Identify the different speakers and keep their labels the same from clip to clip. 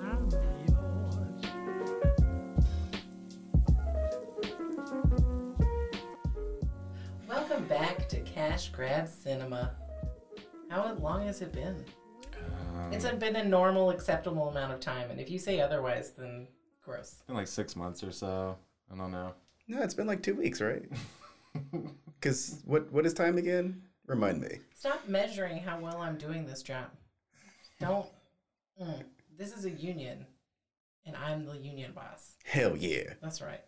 Speaker 1: I'm yours.
Speaker 2: Welcome back to Cash Grab Cinema. How long has it been?
Speaker 3: Um,
Speaker 2: It's been a normal, acceptable amount of time, and if you say otherwise, then gross.
Speaker 3: been like six months or so. I don't know.
Speaker 4: No, it's been like two weeks, right? Because what what is time again? Remind me.
Speaker 2: Stop measuring how well I'm doing this job. Don't. Mm. this is a union, and I'm the union boss.
Speaker 4: Hell yeah.
Speaker 2: That's right.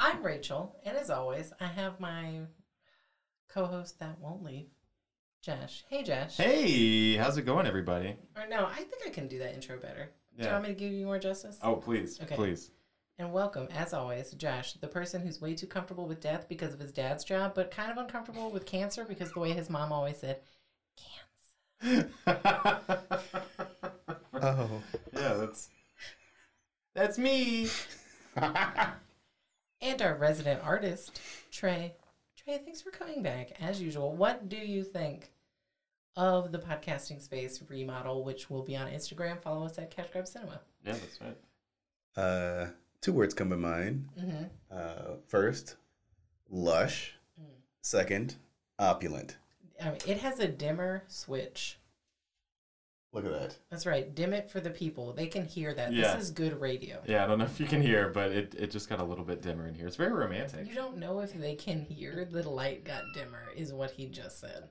Speaker 2: I'm Rachel, and as always, I have my co host that won't leave, Josh. Hey, Josh.
Speaker 3: Hey, how's it going, everybody?
Speaker 2: Or no, I think I can do that intro better. Do you
Speaker 3: Yeah.
Speaker 2: want me to give you more justice?
Speaker 3: Oh, please,
Speaker 2: Okay.
Speaker 3: please.
Speaker 2: And welcome, as always, Josh, the person who's way too comfortable with death because of his dad's job, but kind of uncomfortable with cancer because the way his mom always said, cancer.
Speaker 3: yeah,
Speaker 4: Oh.
Speaker 3: that's that's me.
Speaker 2: And our resident artist, Trey. Trey, thanks for coming back. As usual, what do you think of the podcasting space remodel, which will be on Instagram? Follow us at Cash Grab Cinema.
Speaker 3: Yeah, that's right.
Speaker 4: Uh, two words come to mind.
Speaker 2: Mm-hmm.
Speaker 4: Uh, first, lush. Second, opulent.
Speaker 2: I mean, it has a dimmer switch.
Speaker 4: Look at that.
Speaker 2: That's right. Dim it for the people. They can hear that.
Speaker 3: Yeah.
Speaker 2: This is good radio.
Speaker 3: Yeah, I don't know if you can hear, but it, it just got a little bit dimmer in here. It's very romantic.
Speaker 2: You don't know if they can hear the light got dimmer, is what he just said.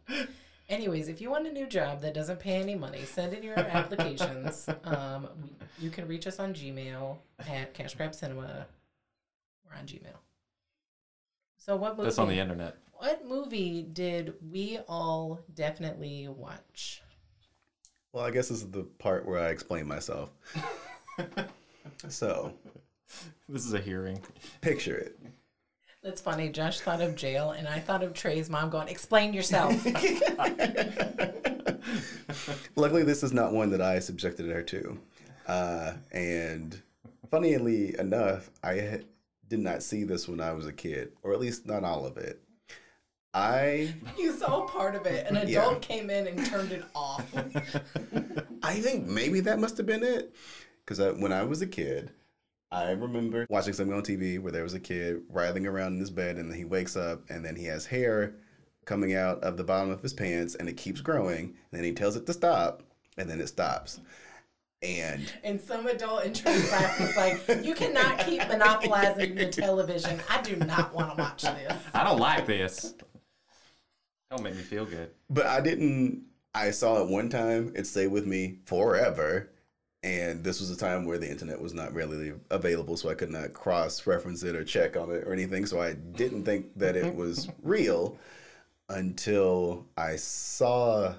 Speaker 2: Anyways, if you want a new job that doesn't pay any money, send in your applications. Um, you can reach us on Gmail at Cash Grab Cinema. We're on Gmail. So what movie?
Speaker 3: That's on the internet.
Speaker 2: What movie did we all definitely watch?
Speaker 4: Well, I guess this is the part where I explain myself. so,
Speaker 3: This is a hearing.
Speaker 4: picture it.
Speaker 2: That's funny. Josh thought of jail, and I thought of Trey's mom going, "Explain yourself."
Speaker 4: Luckily, this is not one that I subjected her to. Uh, and funnily enough, I ha- did not see this when I was a kid, or at least not all of it. I
Speaker 2: you saw part of it. An adult
Speaker 4: Yeah.
Speaker 2: came in and turned it off.
Speaker 4: I think maybe that must have been it. Because I, when I was a kid, I remember watching something on TV where there was a kid writhing around in his bed and he wakes up and then he has hair coming out of the bottom of his pants and it keeps growing. And then he tells it to stop and then it stops. And
Speaker 2: And some adult in trans life was like, you cannot keep monopolizing your television. I do not want to watch this.
Speaker 3: I don't like this. Don't make me feel good.
Speaker 4: But I didn't. I saw it one time. It stayed with me forever. And this was a time where the internet was not really available, so I could not cross reference it or check on it or anything. So I didn't think that it was real until I saw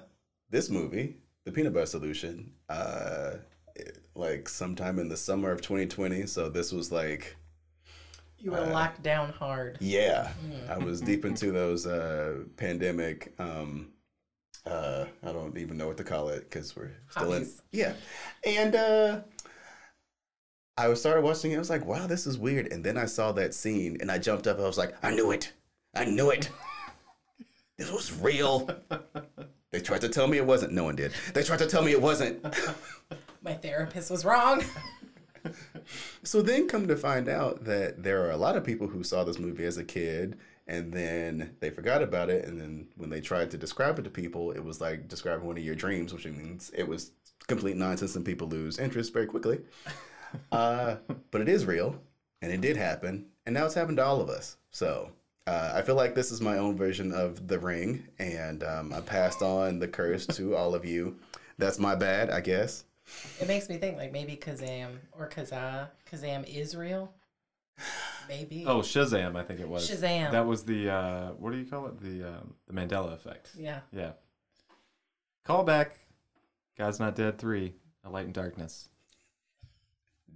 Speaker 4: this movie, The Peanut Butter Solution, uh, it- like sometime in the summer of 2020. So this was like,
Speaker 2: You
Speaker 3: Uh.
Speaker 2: were locked down hard.
Speaker 4: yeah, I was deep into those uh, pandemic. Um, uh, I don't even know what to call it because we're still
Speaker 2: Hobbies.
Speaker 4: in. Yeah, and uh, I was started watching it. I was like, wow, this is weird. And then I saw that scene, and I jumped up. I was like, I knew it. I knew it. this was real. they tried to tell me it wasn't. No one did. They tried to tell me it wasn't.
Speaker 2: My therapist was wrong.
Speaker 4: So then come to find out that there are a lot of people who saw this movie as a kid and then they forgot about it and then when they tried to describe it to people it was like describing one of your dreams which means it was complete nonsense and people lose interest very quickly uh, but it is real and it did happen and now it's happened to all of us so uh, i feel like this is my own version of the ring and um, i passed on the curse to all of you that's my bad i guess
Speaker 2: It makes me think like maybe Kazam or Kazaa. Kazam is real. Maybe.
Speaker 3: Oh, Shazam! I think it was.
Speaker 2: Shazam.
Speaker 3: That was the uh, what do you call it? The um, the Mandela effect.
Speaker 2: Yeah.
Speaker 3: Yeah. Callback. God's Not Dead Three: A Light in Darkness.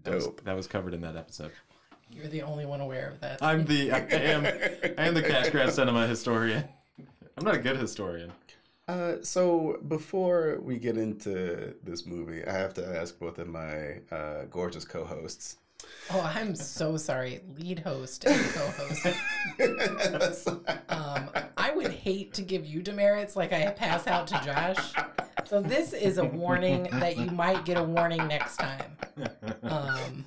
Speaker 3: That was,
Speaker 4: Dope.
Speaker 3: that was covered in that episode.
Speaker 2: You're the only one aware of that.
Speaker 3: I'm the I am I am the cash grab cinema historian. I'm not a good historian.
Speaker 4: Uh, so before we get into this movie, I have to ask both of my uh, gorgeous co-hosts.
Speaker 2: Oh, I'm so sorry. Lead host and co-host. Um, I would hate to give you demerits like I pass out to Josh. So this is a warning that you might get a warning next time. Um,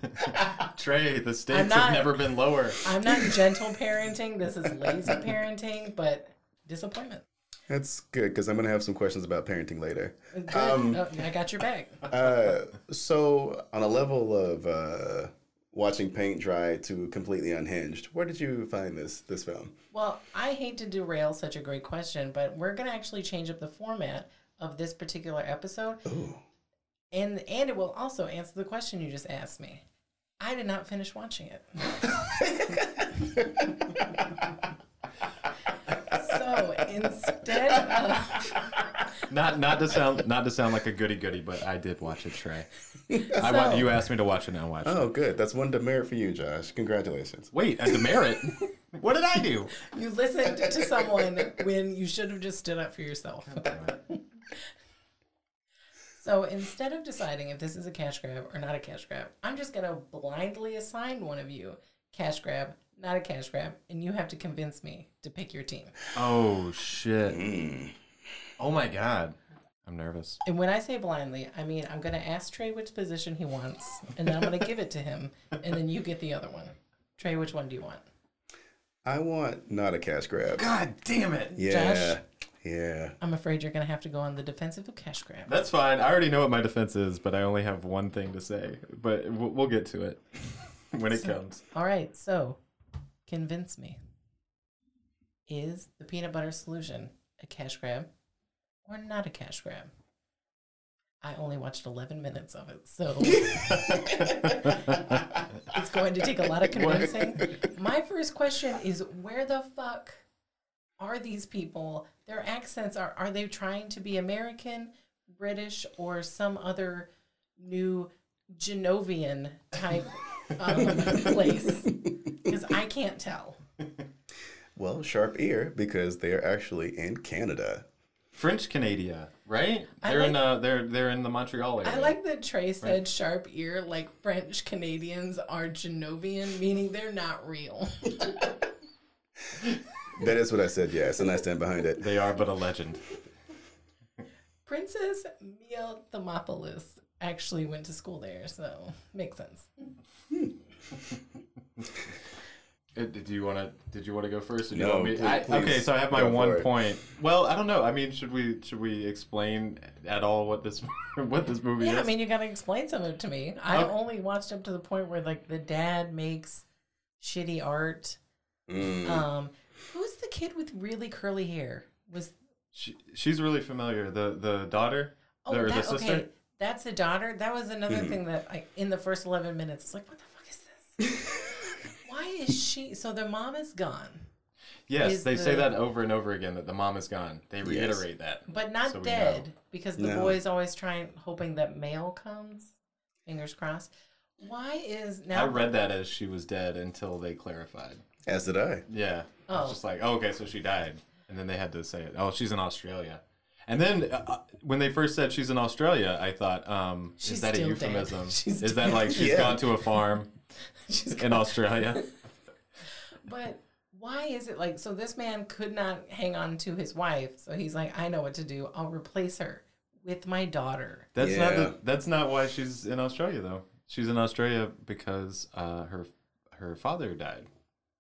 Speaker 3: Trey, the
Speaker 2: I'm
Speaker 3: stakes
Speaker 2: not-
Speaker 3: have never been lower.
Speaker 2: I'm not gentle parenting. This is lazy parenting, but disappointment.
Speaker 4: That's good because I'm gonna have some questions about parenting later.
Speaker 2: Good.
Speaker 4: Um,
Speaker 2: Oh, I got your back.
Speaker 4: Uh, so, on a level of uh, watching paint dry to completely unhinged, where did you find this this film?
Speaker 2: Well, I hate to derail such a great question, but we're going to actually change up the format of this particular episode,
Speaker 4: Ooh,
Speaker 2: and and it will also answer the question you just asked me. I did not finish watching it. so instead of
Speaker 3: Not not to sound not to sound like a goody goody, but I did watch it, Trey. I want
Speaker 2: So-
Speaker 3: you asked me to watch it, and I watched. it.
Speaker 4: oh, good. That's one demerit for you, Josh. Congratulations.
Speaker 3: Wait, a demerit? what did I do?
Speaker 2: you listened to someone when you should have just stood up for yourself. So instead of deciding if this is a cash grab or not a cash grab, I'm just going to blindly assign one of you cash grab, not a cash grab, and you have to convince me to pick your team.
Speaker 3: Oh shit!
Speaker 2: Mm.
Speaker 3: Oh my god, I'm nervous.
Speaker 2: And when I say blindly, I mean I'm going to ask Trey which position he wants, and then I'm going to give it to him, and then you get the other one. Trey, which one do you want?
Speaker 4: I want not a cash grab.
Speaker 3: God damn it!
Speaker 4: Yeah,
Speaker 2: Josh?
Speaker 4: yeah.
Speaker 2: I'm afraid you're going to have to go on the defensive of cash grab.
Speaker 3: That's fine. I already know what my defense is, but I only have one thing to say. But we'll, we'll get to it when it comes.
Speaker 2: All right, so convince me. Is the peanut butter solution a cash grab or not a cash grab? I only watched 11 minutes of it, so it's going to take a lot of convincing. My first question is where the fuck are these people? Their accents are are they trying to be American, British, or some other new Genovian type um, place? Because I can't tell.
Speaker 4: Well, sharp ear because they are actually in Canada.
Speaker 3: French Canada, right?
Speaker 2: I
Speaker 3: They're in
Speaker 2: like-
Speaker 3: uh, they're they're in the Montreal area.
Speaker 2: I like that Trey said sharp ear like French Canadians are Genovian, meaning they're not real.
Speaker 4: That is what I said. Yes, and I stand behind it.
Speaker 3: they are, but a legend.
Speaker 2: Princess Mia Thermopolis actually went to school there, so makes sense.
Speaker 3: Uh, Did you want to? Did you want to go first? Or do
Speaker 4: No,
Speaker 3: you want me?
Speaker 4: please-
Speaker 3: I,
Speaker 4: please
Speaker 3: okay, so I have my
Speaker 4: go for
Speaker 3: one
Speaker 4: it.
Speaker 3: point. Well, I don't know. I mean, should we should we explain at all what this what this movie
Speaker 2: Yeah,
Speaker 3: is?
Speaker 2: I mean, you gotta explain some of it to me. I
Speaker 3: Okay.
Speaker 2: only watched up to the point where like the dad makes shitty art.
Speaker 4: Mm.
Speaker 2: Um, who's the kid with really curly hair? Was
Speaker 3: she, she's really familiar. The the daughter
Speaker 2: oh,
Speaker 3: the, or the
Speaker 2: that,
Speaker 3: sister. Mm-hmm.
Speaker 2: okay, that's the daughter. That was another thing that I in the first eleven minutes, it's like, what the fuck is this? Why is she? So the mom is gone,
Speaker 3: Yes,
Speaker 2: is
Speaker 3: they say
Speaker 2: the-
Speaker 3: that over and over again that the mom is gone. They reiterate that.
Speaker 2: but not
Speaker 3: So we know.
Speaker 2: dead because the
Speaker 4: No.
Speaker 2: boy's always trying, hoping that mail comes. Fingers crossed. Why is now?
Speaker 3: I read that as she was dead until they clarified.
Speaker 4: As did I.
Speaker 3: Yeah. Oh.
Speaker 2: Oh.
Speaker 3: It's just like, oh, okay, so she died. And then they had to say it. Oh, she's in Australia. And then uh, uh, when they first said she's in Australia, I thought, um,
Speaker 2: She's
Speaker 3: is that a
Speaker 2: still dead.
Speaker 3: euphemism?
Speaker 2: She's
Speaker 3: is that
Speaker 2: dead.
Speaker 3: like she's
Speaker 4: Yeah.
Speaker 3: gone to a farm
Speaker 2: She's
Speaker 3: in Australia?
Speaker 2: But why is it like so? This man could not hang on to his wife, so he's like, I know what to do. I'll replace her with my daughter.
Speaker 3: That's not
Speaker 4: Yeah.
Speaker 3: the, that's not why she's in Australia though. She's in Australia because uh, her her father died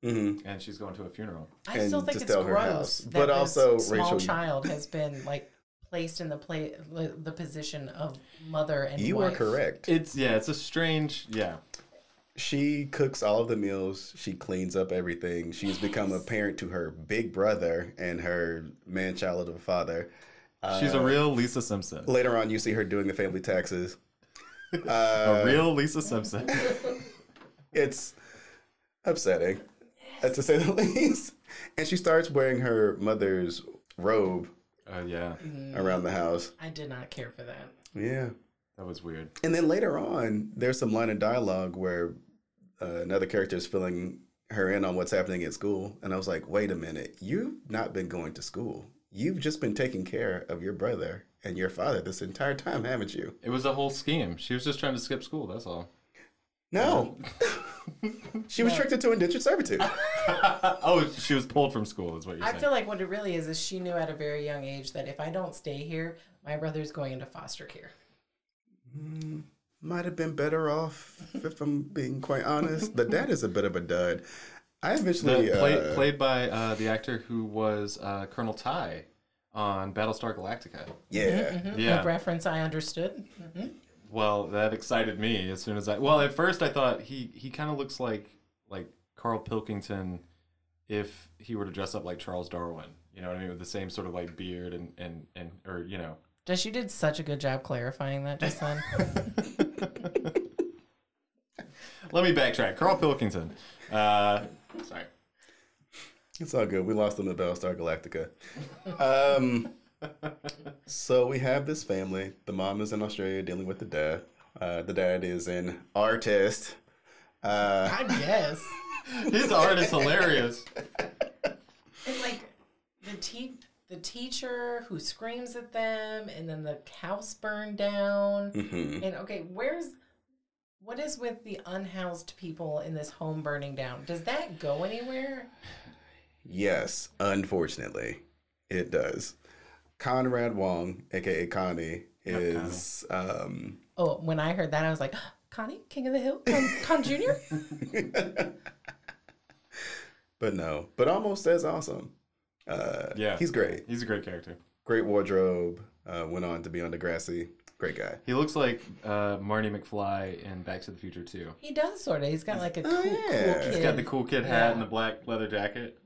Speaker 4: hmm
Speaker 3: and she's going to a funeral.
Speaker 2: I still
Speaker 4: And
Speaker 2: think
Speaker 4: to
Speaker 2: it's
Speaker 4: sell her
Speaker 2: gross,
Speaker 4: house.
Speaker 2: that
Speaker 4: But
Speaker 2: this
Speaker 4: also,
Speaker 2: small
Speaker 4: Rachel-
Speaker 2: child has been like placed in the play the the position of mother and
Speaker 4: You are
Speaker 2: wife.
Speaker 4: correct.
Speaker 3: It's yeah, it's a strange yeah.
Speaker 4: She cooks all of the meals. She cleans up everything. She's become a parent to her big brother and her man child of a father.
Speaker 3: She's a real Lisa Simpson.
Speaker 4: Later on, you see her doing the family taxes.
Speaker 3: a real Lisa Simpson.
Speaker 4: It's upsetting, uh, to say the least. And she starts wearing her mother's robe
Speaker 3: Oh yeah,
Speaker 2: Mm.
Speaker 4: around the house.
Speaker 2: I did not care for that.
Speaker 4: Yeah.
Speaker 3: that was weird.
Speaker 4: And then later on, there's some line of dialogue where uh, another character is filling her in on what's happening at school. And I was like, wait a minute, you've not been going to school. You've just been taking care of your brother and your father this entire time, haven't you?
Speaker 3: It was a whole scheme. She was just trying to skip school. That's all.
Speaker 4: No. She was
Speaker 2: No.
Speaker 4: tricked into indentured servitude.
Speaker 3: oh, she was pulled from school, is what you're
Speaker 2: I
Speaker 3: saying.
Speaker 2: feel like what it really is is she knew at a very young age that if I don't stay here, my brother's going into foster care.
Speaker 4: Mm, Might have been better off, if I'm being quite honest. The dad is a bit of a dud. I eventually
Speaker 3: The- play-
Speaker 4: uh,
Speaker 3: played by uh, the actor who was uh, Colonel Ty on Battlestar Galactica.
Speaker 4: Yeah.
Speaker 2: Mhm,
Speaker 3: Yeah.
Speaker 2: A reference I understood. hmm
Speaker 3: Well, that excited me as soon as I. Well, at first I thought he he kind of looks like like Carl Pilkington if he were to dress up like Charles Darwin. You know what I mean? With the same sort of like beard and and and or you know.
Speaker 2: Just you did such a good job clarifying that just then.
Speaker 3: Let me backtrack. Carl Pilkington. Uh, sorry.
Speaker 4: It's all good. We lost them to Battlestar Galactica. Um, so we have this family. The mom is in Australia dealing with the dad. Uh, the dad is an artist. Uh,
Speaker 2: I guess.
Speaker 3: His art is hilarious.
Speaker 2: And like the te- the teacher who screams at them and then the house burned down.
Speaker 4: mhm.
Speaker 2: And okay, where's what is with the unhoused people in this home burning down? Does that go anywhere?
Speaker 4: Yes, unfortunately, it does. Conrad Wong, aka Connie, is um,
Speaker 2: Oh, when I heard that, I was like, Connie, King of the Hill, Con, Con Junior.
Speaker 4: but no, but almost as awesome. Uh,
Speaker 3: Yeah.
Speaker 4: he's great.
Speaker 3: He's a great character.
Speaker 4: Great wardrobe. Uh, went on to be on Degrassi. Great guy.
Speaker 3: He looks like uh, Marty McFly in Back to the Future too.
Speaker 2: He does sort of. He's got like a cool,
Speaker 4: Oh, yeah.
Speaker 2: cool kid.
Speaker 4: He's
Speaker 3: He's got the cool kid hat
Speaker 2: Yeah.
Speaker 3: and the black leather jacket.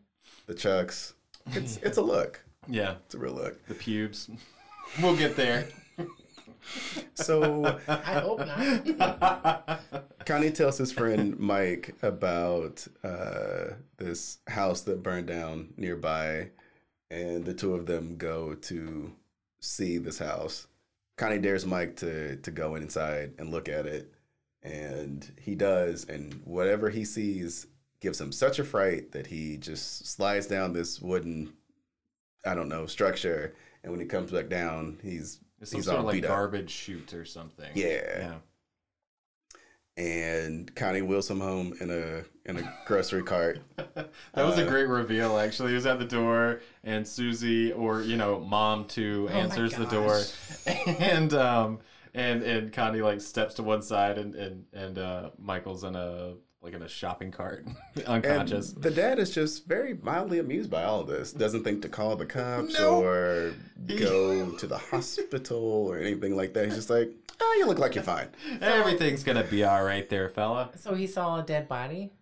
Speaker 4: The Chucks. It's it's a look.
Speaker 3: Yeah,
Speaker 4: It's a real look.
Speaker 3: the pubes. we'll get there.
Speaker 4: So
Speaker 2: I hope not.
Speaker 4: Connie tells his friend Mike about uh, this house that burned down nearby, and the two of them go to see this house. Connie dares Mike to to go inside and look at it, and he does. And whatever he sees gives him such a fright that he just slides down this wooden, I don't know, structure. And when he comes back down, he's
Speaker 3: It's some
Speaker 4: He's
Speaker 3: sort
Speaker 4: all
Speaker 3: of like
Speaker 4: beat up.
Speaker 3: garbage chute or something.
Speaker 4: Yeah.
Speaker 3: Yeah.
Speaker 4: and Connie wheels him home in a in a grocery cart.
Speaker 3: That was a
Speaker 4: Uh,
Speaker 3: great reveal, actually. He was at the door, and Susie, or you know, mom too,
Speaker 2: my
Speaker 3: answers the door, and um, and and Connie like steps to one side, and and and uh, Michael's in a like in a shopping cart,
Speaker 4: And
Speaker 3: unconscious.
Speaker 4: the dad is just very mildly amused by all of this. Doesn't think to call the cops
Speaker 3: No.
Speaker 4: or go to the hospital or anything like that. He's just like, oh, you look like you're fine.
Speaker 3: Everything's gonna be all right, there, fella.
Speaker 2: So he saw a dead body.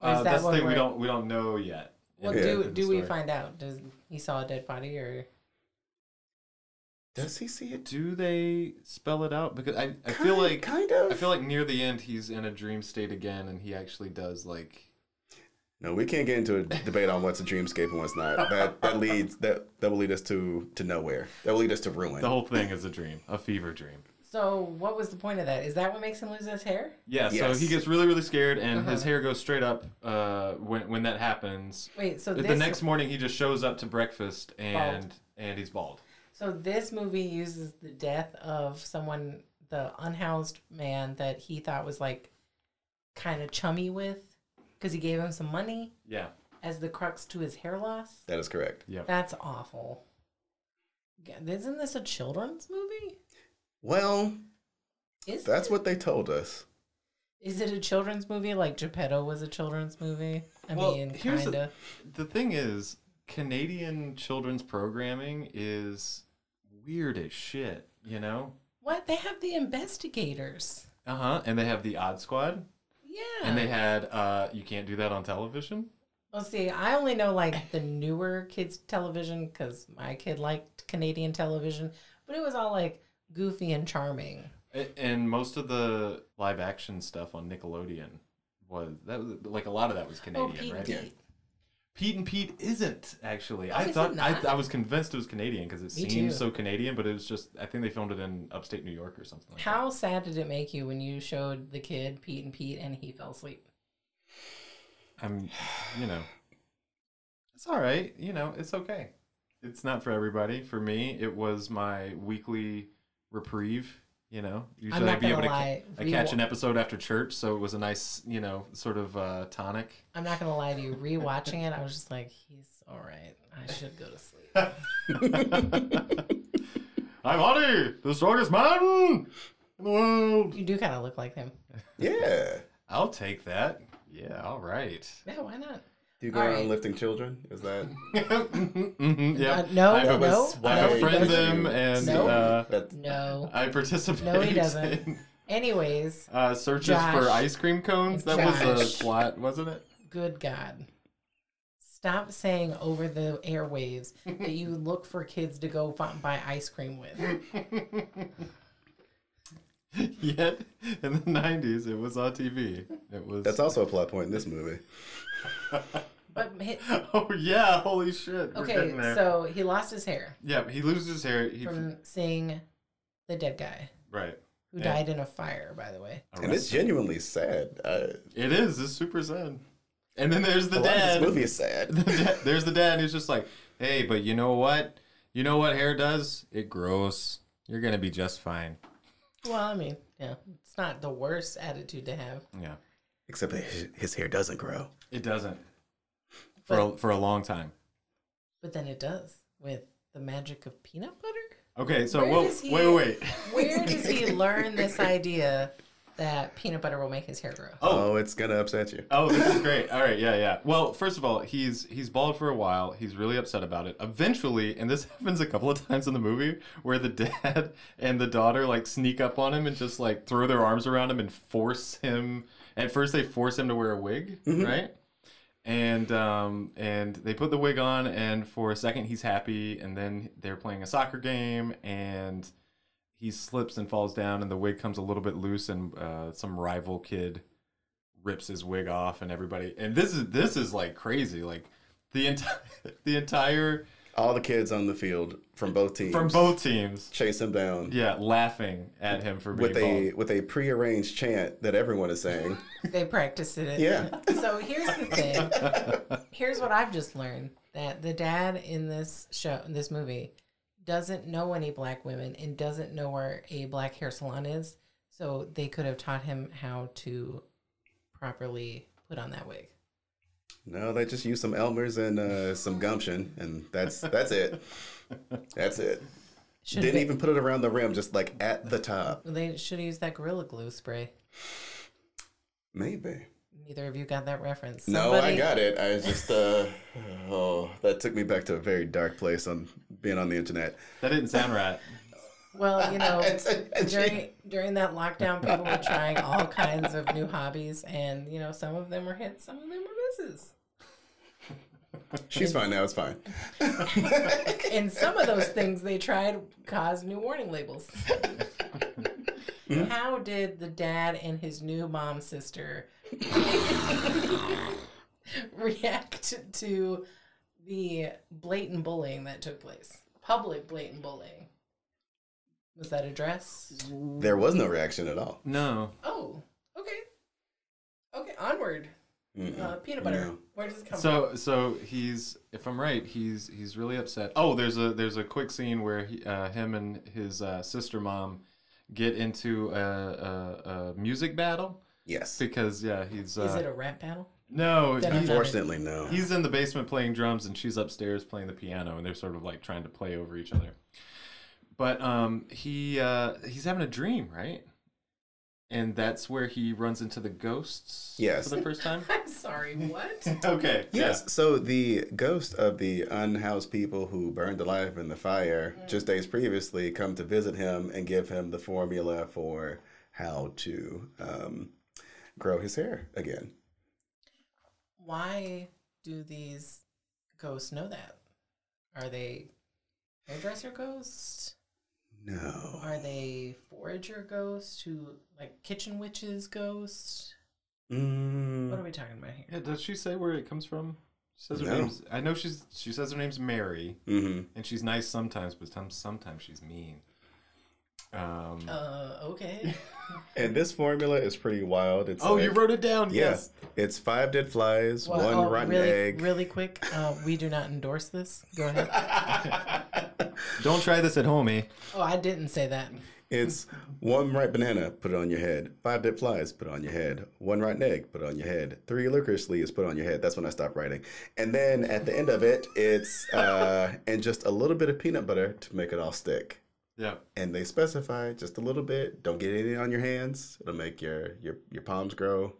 Speaker 2: Or is
Speaker 3: Uh,
Speaker 2: that
Speaker 3: that's the
Speaker 2: one
Speaker 3: thing we
Speaker 2: where-
Speaker 3: don't we don't know yet.
Speaker 2: Well,
Speaker 4: Yeah.
Speaker 2: do
Speaker 3: in the
Speaker 2: do we
Speaker 3: story.
Speaker 2: find out? Does he saw a dead body or?
Speaker 4: Does he see it?
Speaker 3: Do they spell it out? Because I, I feel like
Speaker 4: kind of.
Speaker 3: I feel like near the end he's in a dream state again, and he actually does like
Speaker 4: no, we can't get into a debate on what's a dreamscape and what's not. That that leads that that will lead us to to nowhere. That will lead us to ruin.
Speaker 3: the whole thing is a dream, a fever dream.
Speaker 2: So what was the point of that? Is that what makes him lose his hair?
Speaker 3: Yeah,
Speaker 4: Yes.
Speaker 3: so he gets really really scared, and
Speaker 2: Uh-huh.
Speaker 3: his hair goes straight up uh, when when that happens.
Speaker 2: Wait, so this
Speaker 3: the next morning he just shows up to breakfast and
Speaker 2: Bald.
Speaker 3: and he's bald.
Speaker 2: so this movie uses the death of someone, the unhoused man that he thought was like kind of chummy with, because he gave him some money
Speaker 3: Yeah,
Speaker 2: as the crux to his hair loss.
Speaker 4: that is correct.
Speaker 3: yeah.
Speaker 2: That's awful. Yeah, Isn't this a children's movie?
Speaker 4: Well,
Speaker 2: Is
Speaker 4: that's
Speaker 2: it?
Speaker 4: what they told us.
Speaker 2: Is it a children's movie like Geppetto was a children's movie? I
Speaker 3: Well,
Speaker 2: mean,
Speaker 3: here's the-
Speaker 2: kind of.
Speaker 3: The thing is, Canadian children's programming is weird as shit. You know.
Speaker 2: What? They have the investigators.
Speaker 3: Uh huh. And they have the Odd Squad.
Speaker 2: Uh-huh. Yeah.
Speaker 3: And they had uh, you can't do that on television.
Speaker 2: well, see, I only know like the newer kids' television because my kid liked Canadian television, but it was all like goofy and charming.
Speaker 3: A- And most of the live action stuff on Nickelodeon was that was like a lot of that was
Speaker 2: Oh,
Speaker 3: Canadian,
Speaker 2: Pete
Speaker 3: right?
Speaker 2: and Pete.
Speaker 3: Pete and Pete isn't actually.
Speaker 2: Oh,
Speaker 3: I
Speaker 2: is it
Speaker 3: thought I,
Speaker 2: not?
Speaker 3: I was convinced it was Canadian because it
Speaker 2: Me
Speaker 3: seems
Speaker 2: too.
Speaker 3: so Canadian, but it was just I think they filmed it in upstate New York or something. Like
Speaker 2: How sad did it make you when you showed the kid Pete and Pete and he fell asleep?
Speaker 3: that. I'm, you know, it's all right. You know, it's okay. It's not for everybody. For me, it was my weekly reprieve You
Speaker 2: I'm
Speaker 3: know, usually
Speaker 2: not
Speaker 3: I'd be
Speaker 2: gonna
Speaker 3: able to.
Speaker 2: lie.
Speaker 3: I
Speaker 2: rewa-
Speaker 3: catch an episode after church, so it was a nice, you know, sort of uh, tonic.
Speaker 2: I'm not gonna lie to you. Rewatching it, I was just like, he's all right. I should go to sleep.
Speaker 3: I'm Honey, the strongest man in the world.
Speaker 2: You do kind of look like him.
Speaker 4: Yeah.
Speaker 3: I'll take that. Yeah, all right.
Speaker 2: Yeah, why not?
Speaker 4: Do you go
Speaker 2: All
Speaker 4: around
Speaker 2: right.
Speaker 4: lifting children? Is that
Speaker 3: Mhm,
Speaker 2: Uh,
Speaker 3: yep.
Speaker 2: no,
Speaker 3: I
Speaker 4: That
Speaker 2: no,
Speaker 4: was-
Speaker 3: I
Speaker 4: No,
Speaker 2: no,
Speaker 4: he
Speaker 3: befriend
Speaker 4: doesn't.
Speaker 3: them and
Speaker 2: No.
Speaker 3: uh,
Speaker 4: that's
Speaker 2: no.
Speaker 3: I participate.
Speaker 2: No, he doesn't.
Speaker 3: in,
Speaker 2: Anyways,
Speaker 3: uh, searches
Speaker 2: Josh.
Speaker 3: for ice cream cones. That was
Speaker 2: Josh.
Speaker 3: a plot, wasn't it?
Speaker 2: good God, stop saying over the airwaves that you look for kids to go fi- buy ice cream with.
Speaker 3: Yet in the '90s, it was on TV. It was.
Speaker 4: that's also a plot point in this movie.
Speaker 2: But hi-
Speaker 3: Oh yeah! Holy shit! We're
Speaker 2: okay,
Speaker 3: getting there.
Speaker 2: so he lost his hair
Speaker 3: yeah, he loses his hair. He
Speaker 2: from seeing the dead guy
Speaker 3: right.
Speaker 2: who
Speaker 3: Yeah.
Speaker 2: died in a fire, by the way.
Speaker 4: And it's genuinely sad. I,
Speaker 3: It is. It's super sad. And then there's the
Speaker 4: a lot of
Speaker 3: dad.
Speaker 4: this movie is sad.
Speaker 3: The dad- there's the dad who's just like, hey, but you know what? You know what hair does? It grows. You're gonna be just fine.
Speaker 2: Well, I mean, yeah, it's not the worst attitude to have.
Speaker 3: Yeah.
Speaker 4: Except that his, his hair doesn't grow.
Speaker 3: It doesn't. For a, for a long time.
Speaker 2: But then it does with the magic of peanut butter.
Speaker 3: Okay, so
Speaker 2: Where
Speaker 3: well,
Speaker 2: does he-
Speaker 3: wait, wait, wait.
Speaker 2: Where does he learn this idea that peanut butter will make his hair grow?
Speaker 3: Oh.
Speaker 4: Oh, it's gonna upset you.
Speaker 3: Oh, this is great. All right, yeah, yeah. Well, first of all, he's he's bald for a while. He's really upset about it. Eventually, and this happens a couple of times in the movie, where the dad and the daughter like sneak up on him and just like throw their arms around him and force him. At first, they force him to wear a wig, right? And um, and they put the wig on, and for a second, he's happy, and then they're playing a soccer game, and he slips and falls down, and the wig comes a little bit loose, and uh, some rival kid rips his wig off and everybody and this is this is like crazy like the entire the entire
Speaker 4: All the kids on the field from both teams
Speaker 3: from both teams
Speaker 4: chase him down
Speaker 3: yeah laughing at him for being
Speaker 4: with a
Speaker 3: bald.
Speaker 4: with a prearranged chant that everyone is saying.
Speaker 2: They practiced it.
Speaker 4: Yeah.
Speaker 2: So here's the thing. Here's what I've just learned that the dad in this show, in this movie, doesn't know any black women and doesn't know where a black hair salon is. So they could have taught him how to properly put on that wig.
Speaker 4: No, they just use some Elmers and uh, some gumption, and that's that's it. That's it.
Speaker 2: Should
Speaker 4: Didn't
Speaker 2: they,
Speaker 4: even put it around the rim, just like at the top.
Speaker 2: they should have used that gorilla glue spray.
Speaker 4: Maybe.
Speaker 2: Neither of you got that reference.
Speaker 4: no, I got it. I just uh, oh, that took me back to a very dark place on being on the internet.
Speaker 3: that didn't sound right
Speaker 2: Well, you know,
Speaker 4: It's a- a
Speaker 2: during during that lockdown, people were trying all kinds of new hobbies, and you know, some of them were hits, some of them were misses,
Speaker 4: She's fine now. It's fine.
Speaker 2: and some of those things they tried caused new warning labels. How did the dad and his new mom sister react to the blatant bullying that took place? Public blatant bullying. Was that a dress?
Speaker 4: There was no reaction at all.
Speaker 3: no
Speaker 2: Oh, okay. Okay, onward.
Speaker 4: Mm-mm.
Speaker 2: Uh, peanut butter.
Speaker 4: No.
Speaker 2: Where does it come
Speaker 3: so so he's if i'm right he's he's really upset oh there's a there's a quick scene where he, uh, him and his uh, sister mom get into a, a, a music battle
Speaker 4: Yes.
Speaker 3: because yeah he's uh,
Speaker 2: from? Is it a rap battle?
Speaker 3: no
Speaker 2: Then I'm
Speaker 3: he's-
Speaker 2: not
Speaker 4: Fortunately, no.
Speaker 3: He's in the basement playing drums, and she's upstairs playing the piano, and they're sort of like trying to play over each other. But um, he uh, he's having a dream, right? And that's where he runs into the ghosts.
Speaker 4: Yes.
Speaker 3: for the first time.
Speaker 2: I'm sorry, what?
Speaker 3: okay.
Speaker 4: Yes. So the ghost of the unhoused people who burned alive in the fire just days previously come to visit him and give him the formula for how to um, grow his hair again.
Speaker 2: Why do these ghosts know that? Are they hairdresser ghosts?
Speaker 4: No.
Speaker 2: Are they forager ghosts who like kitchen witches ghosts? What
Speaker 4: Mm,
Speaker 2: are we talking about here?
Speaker 3: Yeah. Does she say where it comes from? She says her
Speaker 4: No.
Speaker 3: name's. I know she's. She says her name's Mary,
Speaker 4: hmm
Speaker 3: and she's nice sometimes, but some- sometimes she's mean. Um.
Speaker 2: Uh, okay.
Speaker 4: And this formula is pretty wild. It's
Speaker 3: oh,
Speaker 4: like,
Speaker 3: you wrote it down.
Speaker 4: Yes. It's five dead flies,
Speaker 2: Well,
Speaker 4: one
Speaker 2: oh,
Speaker 4: rotten
Speaker 2: really,
Speaker 4: egg.
Speaker 2: really quick. Uh, we do not endorse this. Go ahead.
Speaker 3: Don't try this at home, eh?
Speaker 2: Oh, I didn't say that.
Speaker 4: It's one ripe banana, put it on your head. Five dead flies, put it on your head. One rotten egg, put it on your head. Three licorice leaves, put it on your head. That's when I stopped writing. And then at the end of it, it's uh, and just a little bit of peanut butter to make it all stick.
Speaker 3: Yeah.
Speaker 4: And they specify just a little bit. Don't get any on your hands. It'll make your your your palms grow.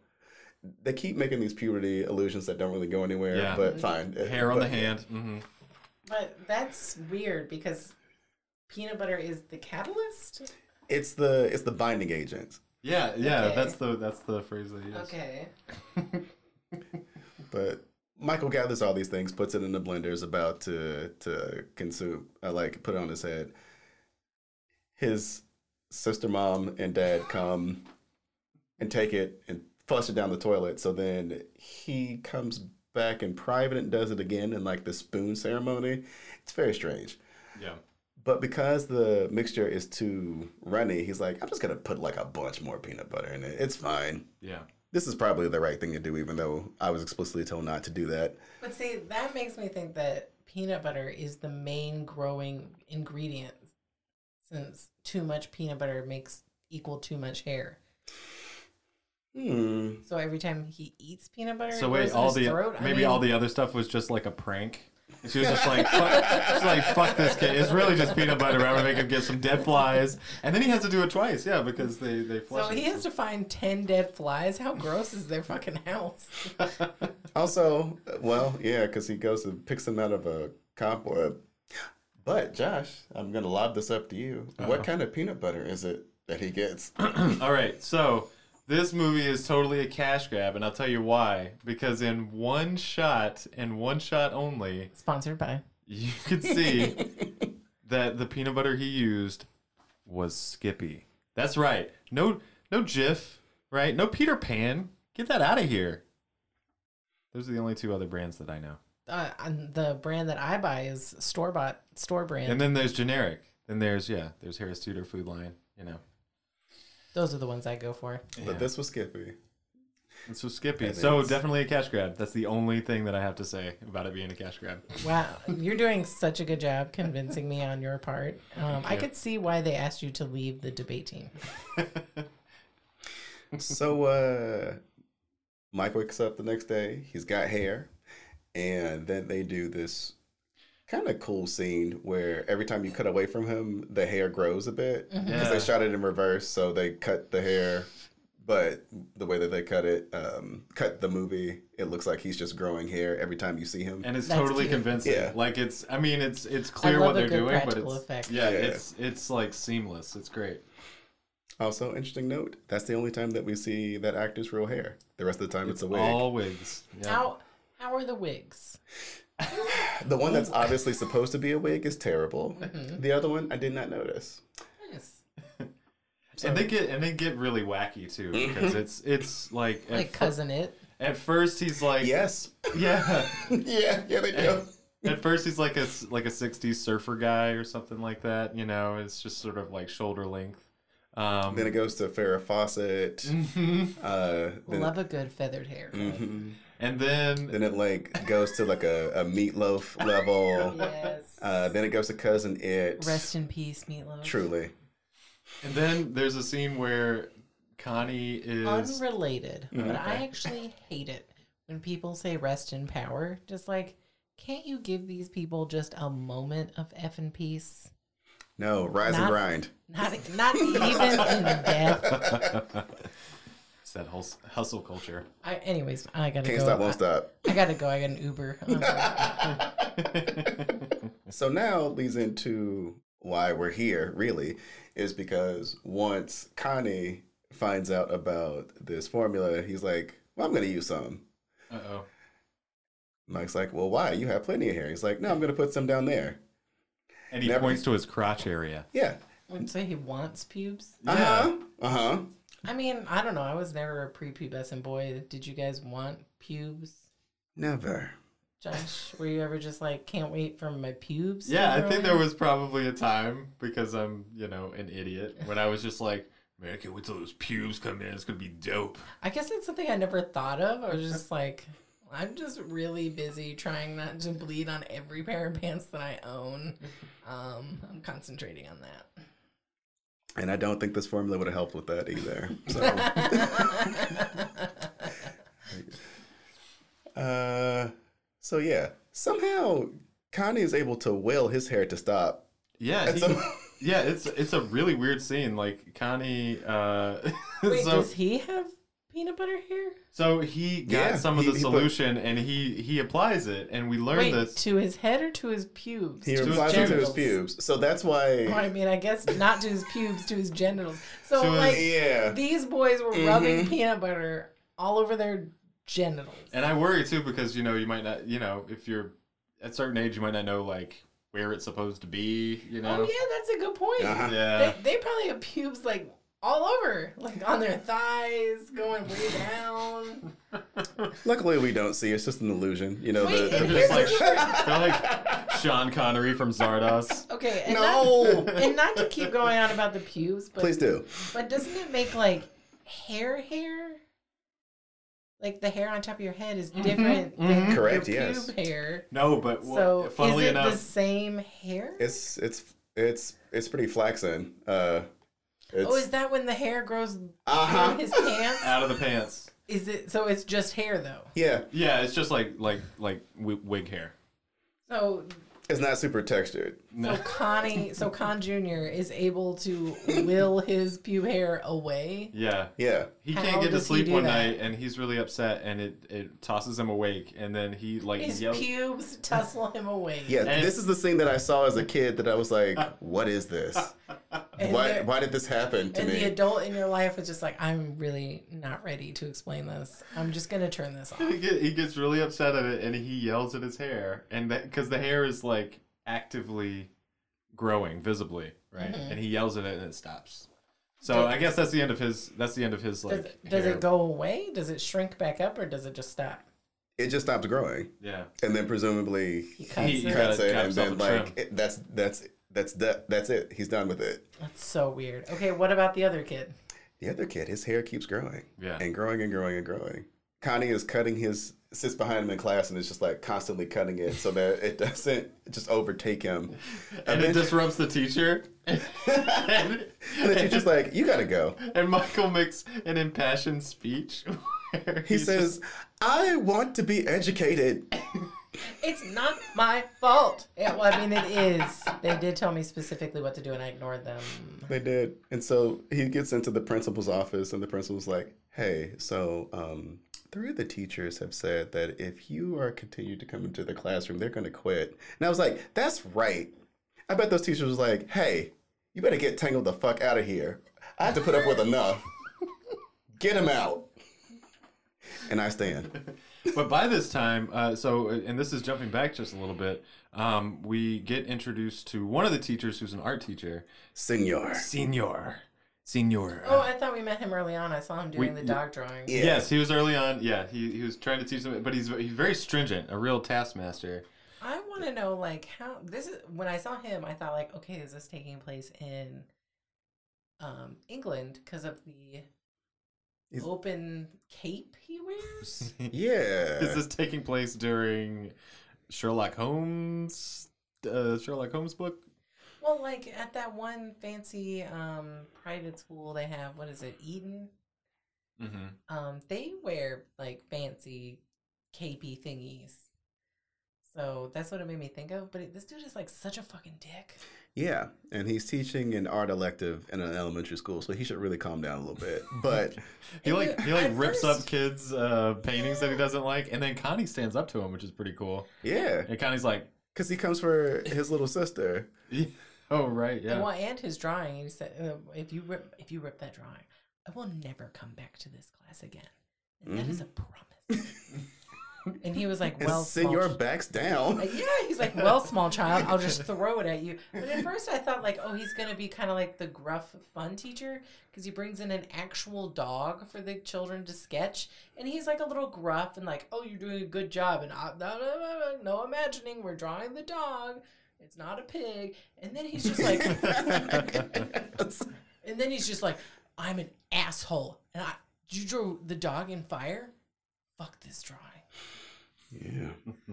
Speaker 4: They keep making these puberty illusions that don't really go anywhere,
Speaker 3: Yeah.
Speaker 4: but fine.
Speaker 3: Hair on the
Speaker 4: But-
Speaker 3: hand. hmm
Speaker 2: But that's weird because peanut butter is the catalyst.
Speaker 4: It's the it's the binding agent.
Speaker 3: Yeah, yeah.
Speaker 2: Okay.
Speaker 3: That's the that's the phrase they use.
Speaker 2: Okay.
Speaker 4: But Michael gathers all these things, puts it in the blender, is about to to consume, uh, like put it on his head. His sister, mom, and dad come and take it and flush it down the toilet. So then he comes back in private and does it again in like the spoon ceremony. It's very strange.
Speaker 3: Yeah.
Speaker 4: But because the mixture is too runny, he's like, I'm just gonna put like a bunch more peanut butter in it. It's fine.
Speaker 3: Yeah.
Speaker 4: This is probably the right thing to do, even though I was explicitly told not to do that.
Speaker 2: But see, that makes me think that peanut butter is the main growing ingredient since too much peanut butter makes equal too much hair.
Speaker 4: Hmm.
Speaker 2: So every time he eats peanut butter,
Speaker 3: So
Speaker 2: it
Speaker 3: wait,
Speaker 2: goes in
Speaker 3: all
Speaker 2: his
Speaker 3: the
Speaker 2: throat? I
Speaker 3: maybe
Speaker 2: mean,
Speaker 3: all the other stuff was just like a prank. She was just like, fuck, she's like, fuck this kid. It's really just peanut butter. I'm gonna make him get some dead flies, and then he has to do it twice. Yeah, because they they flush.
Speaker 2: So he has to find ten dead flies. How gross is their fucking house?
Speaker 4: Also, well, yeah, because he goes and picks him out of a comp or a. But Josh, I'm gonna lob this up to you. What kind of peanut butter is it that he gets?
Speaker 3: All right, so this movie is totally a cash grab, and I'll tell you why. Because in one shot, and one shot only,
Speaker 2: Sponsored by.
Speaker 3: you could see that the peanut butter he used was Skippy. That's right. No, no Jif, right? No Peter Pan. Get that out of here. Those are the only two other brands that I know.
Speaker 2: Uh, and the brand that I buy is store bought, store brand.
Speaker 3: And then there's generic. Then there's yeah, there's Harris Teeter Food Line. You know,
Speaker 2: Those are the ones I go for.
Speaker 4: But this was Skippy.
Speaker 3: and so Skippy.
Speaker 4: And
Speaker 3: So
Speaker 4: it's-
Speaker 3: definitely a cash grab. That's the only thing that I have to say about it being a cash grab.
Speaker 2: Wow, you're doing such a good job convincing me on your part. Um, I could see why they asked you to leave the debate team.
Speaker 4: so uh Mike wakes up the next day, he's got hair, and then they do this kind of cool scene where every time you cut away from him, the hair grows a bit. Because
Speaker 3: Yeah.
Speaker 4: they shot it in reverse, so they cut the hair. But the way that they cut it, um, cut the movie, it looks like he's just growing hair every time you see him.
Speaker 3: and it's
Speaker 2: That's
Speaker 3: totally
Speaker 2: cute.
Speaker 3: convincing.
Speaker 4: Yeah.
Speaker 3: Like it's, I mean, it's it's
Speaker 2: love
Speaker 3: clear what
Speaker 2: a
Speaker 3: they're
Speaker 2: good
Speaker 3: doing, but
Speaker 2: practical
Speaker 3: it's
Speaker 2: effect.
Speaker 3: yeah,
Speaker 4: Yeah.
Speaker 3: it's it's like seamless. It's great.
Speaker 4: Also, interesting note, that's the only time that we see that actor's real hair. The rest of the time, it's,
Speaker 3: It's
Speaker 4: a wig.
Speaker 3: all wigs. Yeah.
Speaker 2: How how are the wigs?
Speaker 4: The one that's obviously supposed to be a wig is terrible. The other one, I did not notice.
Speaker 2: Nice.
Speaker 3: and they get and they get really wacky too because
Speaker 4: Mm-hmm.
Speaker 3: it's it's like at,
Speaker 2: Like
Speaker 3: fir-
Speaker 2: cousin it.
Speaker 3: at first he's like
Speaker 4: Yes.
Speaker 3: yeah
Speaker 4: yeah, yeah, they do.
Speaker 3: at first he's like a s- like a 60s surfer guy or something like that you know it's just sort of like shoulder length um
Speaker 4: then it goes to Farrah Fawcett. Uh, then,
Speaker 2: Love a good feathered hair.
Speaker 4: Mm-hmm.
Speaker 3: and then
Speaker 4: then it like goes to like a, a meatloaf level.
Speaker 2: Yes.
Speaker 4: Uh, then it goes to cousin it.
Speaker 2: Rest in peace, meatloaf.
Speaker 4: Truly,
Speaker 3: and then there's a scene where Connie is
Speaker 2: Unrelated, but
Speaker 4: Mm-hmm.
Speaker 2: I actually hate it when people say rest in power. Just like, can't you give these people just a moment of effing peace?
Speaker 4: no rise and
Speaker 2: Not-
Speaker 4: grind.
Speaker 2: Not not even in death.
Speaker 3: it's that hus- hustle culture
Speaker 2: I, anyways, I gotta
Speaker 4: Can't
Speaker 2: go.
Speaker 4: stop,
Speaker 2: I,
Speaker 4: won't stop.
Speaker 2: I gotta go. I got an Uber. Um, I'm sorry.
Speaker 4: So now it leads into why we're here, really, is because once Connie finds out about this formula, he's like, "Well, I'm going to use some."
Speaker 3: uh-oh
Speaker 4: Mike's like, "Well, why? You have plenty of hair." He's like, "No, I'm going to put some down there."
Speaker 3: and he
Speaker 4: Never-
Speaker 3: points to his crotch area
Speaker 4: Yeah.
Speaker 2: Would say he wants pubes.
Speaker 4: Uh huh. Uh huh.
Speaker 2: I mean, I don't know. I was never a prepubescent boy. Did you guys want pubes?
Speaker 4: Never.
Speaker 2: Josh, were you ever just like, can't wait for my pubes? to
Speaker 3: Yeah, I
Speaker 2: grow
Speaker 3: think
Speaker 2: in?"
Speaker 3: there was probably a time because I'm, you know, an idiot when I was just like, man, I can't wait till those pubes come in. It's gonna be dope.
Speaker 2: I guess that's something I never thought of. I was just like, I'm just really busy trying not to bleed on every pair of pants that I own. Um, I'm concentrating on that.
Speaker 4: And I don't think this formula would have helped with that either. So, uh, so yeah, somehow Kanye is able to wail his hair to stop.
Speaker 3: Yeah,
Speaker 4: And
Speaker 3: he-
Speaker 4: so,
Speaker 3: yeah, it's it's a really weird scene. Like Connie, uh,
Speaker 2: Wait,
Speaker 3: so,
Speaker 2: does he have peanut butter hair?
Speaker 3: so he got
Speaker 4: Yeah,
Speaker 3: some of
Speaker 4: he-
Speaker 3: the
Speaker 4: he put-
Speaker 3: solution and he he applies it, and we learn
Speaker 2: Wait,
Speaker 3: this.
Speaker 2: to his head or to his pubes?
Speaker 4: he
Speaker 2: To his
Speaker 4: replies it to his
Speaker 2: genitals?
Speaker 4: pubes. So that's
Speaker 2: Well, I
Speaker 4: why.
Speaker 2: mean, I guess not to his pubes, to his genitals. So
Speaker 3: To his-
Speaker 2: like,
Speaker 4: Yeah.
Speaker 2: these boys were rubbing peanut butter all over their genitals.
Speaker 3: and I worry too because you know you might not you know if you're at a certain age you might not know like where it's supposed to be. You
Speaker 2: Oh
Speaker 3: know.
Speaker 2: yeah, that's a good point.
Speaker 4: Uh-huh.
Speaker 3: Yeah.
Speaker 2: They, they probably have pubes like all over, like on their thighs, going way down.
Speaker 4: Luckily, we don't see. It's just an illusion. You know.
Speaker 2: Wait,
Speaker 4: the,
Speaker 2: and here's
Speaker 3: Just like-
Speaker 2: another-
Speaker 3: They're like Sean Connery from Zardos.
Speaker 2: okay, and
Speaker 4: no.
Speaker 2: not, and not to keep going on about the pubes, but
Speaker 4: Please do.
Speaker 2: but doesn't it make like hair hair? Like the hair on top of your head is different than
Speaker 3: mhm.
Speaker 2: your
Speaker 4: Correct,
Speaker 2: pube
Speaker 4: yes.
Speaker 2: hair.
Speaker 3: No, but wha-
Speaker 2: So is
Speaker 3: funnily
Speaker 2: it
Speaker 3: enough,
Speaker 2: the same hair?
Speaker 4: It's it's it's it's pretty flaxen. Uh, it's,
Speaker 2: oh, is that when the hair grows
Speaker 4: uh-huh.
Speaker 2: through his pants?
Speaker 3: out of the pants.
Speaker 2: Is it so? It's just hair though.
Speaker 4: Yeah,
Speaker 3: Yeah, it's just like like like wi- wig hair.
Speaker 2: So,
Speaker 4: it's not super textured.
Speaker 2: so Connie, so Con Junior is able to will his pube hair away.
Speaker 3: Yeah.
Speaker 4: Yeah.
Speaker 3: He
Speaker 2: How
Speaker 3: can't get to
Speaker 2: does he
Speaker 3: sleep
Speaker 2: do
Speaker 3: one
Speaker 2: that?
Speaker 3: night, and he's really upset, and it, it tosses him awake, and then he like
Speaker 2: His
Speaker 3: yells.
Speaker 2: pubes tussle him away.
Speaker 4: Yeah,
Speaker 3: And-
Speaker 4: this is the scene that I saw as a kid that I was like,
Speaker 2: Uh,
Speaker 4: "What is this?
Speaker 2: and
Speaker 4: Why?
Speaker 2: there-
Speaker 4: Why did this happen to
Speaker 2: and the
Speaker 4: me?"
Speaker 2: adult in your life was just like, I'm really not ready to explain this. I'm just gonna turn this off.
Speaker 3: He, get, he gets really upset at it, and he yells at his hair, and that because the hair is like actively growing visibly, right? And he yells at it, and it stops. So
Speaker 2: Mm-hmm. Does-
Speaker 3: I guess that's the end of his. That's the end of his
Speaker 2: Does,
Speaker 3: like.
Speaker 2: does
Speaker 3: hair-
Speaker 2: it go away? Does it shrink back up, or does it just stop?
Speaker 4: It just stopped growing,
Speaker 3: Yeah.
Speaker 4: and then presumably
Speaker 2: He
Speaker 4: he
Speaker 2: cuts
Speaker 3: He-
Speaker 2: it.
Speaker 3: got-
Speaker 4: cuts it,
Speaker 3: got
Speaker 4: and
Speaker 3: himself
Speaker 4: then
Speaker 3: a
Speaker 4: like
Speaker 3: trim.
Speaker 4: it, that's that's that's that, that's it. He's done with it.
Speaker 2: That's so weird. Okay, what about the other kid?
Speaker 4: The other kid, his hair keeps growing
Speaker 3: Yeah.
Speaker 4: and growing and growing and growing. Connie is cutting his sits behind him in class and is just like constantly cutting it so that it doesn't just overtake him.
Speaker 3: And it disrupts the teacher. and,
Speaker 4: And the teacher's like, "You gotta go."
Speaker 3: and Michael makes an impassioned speech. where
Speaker 4: He
Speaker 3: he's just-
Speaker 4: says, "I want to be educated."
Speaker 2: It's not my fault. Yeah, well, I mean, it is. They did tell me specifically what to do, and I ignored them.
Speaker 4: They did. And so he gets into the principal's office, and the principal's like, hey, so um, three of the teachers have said that if you are continued to come into the classroom, they're going to quit. And I was like, that's right. I bet those teachers was like, hey, you better get Tangled the fuck out of here. I have to put up with enough. Get him out. And I stand.
Speaker 3: but by this time, uh, so and this is jumping back just a little bit. Um, we get introduced to one of the teachers who's an art teacher,
Speaker 4: Senor.
Speaker 3: Senor, Senor.
Speaker 2: Oh, I thought we met him early on. I saw him doing
Speaker 3: We-
Speaker 2: the dog drawing.
Speaker 4: Yeah.
Speaker 3: Yes, he was early on. Yeah, he, he was trying to teach them, but he's he's very stringent, a real taskmaster.
Speaker 2: I want to know, like, how this is. When I saw him, I thought, like, okay, is this taking place in um, England because of the
Speaker 4: Is-
Speaker 2: open cape he wears?
Speaker 3: Is
Speaker 4: Yeah.
Speaker 3: this taking place during Sherlock Holmes? Uh, Sherlock Holmes book?
Speaker 2: well, like at that one fancy um, private school they have. What is it, Eton?
Speaker 3: Mm-hmm.
Speaker 2: um, they wear like fancy capey thingies. So that's what it made me think of. But it, this dude is like such a fucking dick.
Speaker 4: Yeah. And he's teaching an art elective in an elementary school, so he should really calm down a little bit. But
Speaker 3: He
Speaker 2: And
Speaker 3: like
Speaker 2: you-
Speaker 3: he like
Speaker 2: at
Speaker 3: rips up
Speaker 2: first-
Speaker 3: kids' uh, paintings that he doesn't like, and then Connie stands up to him, which is pretty cool.
Speaker 4: yeah.
Speaker 3: And Connie's like,
Speaker 4: Because he comes for his little sister.
Speaker 3: "Oh right, yeah."
Speaker 2: And, well, and his drawing. He said, uh, "If you rip, if you rip that drawing, I will never come back to this class again." And that is a promise. and he was like,
Speaker 4: And
Speaker 2: "Well, small
Speaker 4: Senor
Speaker 2: ch-
Speaker 4: backs down.
Speaker 2: Uh, yeah." He's like, "Well, small child, I'll just throw it at you." But at first, I thought like, "Oh, he's gonna be kind of like the gruff, fun teacher because he brings in an actual dog for the children to sketch, and he's like a little gruff and like, "Oh, you're doing a good job," and uh, no, no, no, no, no imagining, we're drawing the dog. It's not a pig. And then he's just like, and then he's just like, I'm an asshole. And I, you drew the dog in fire? Fuck this drawing.
Speaker 4: yeah.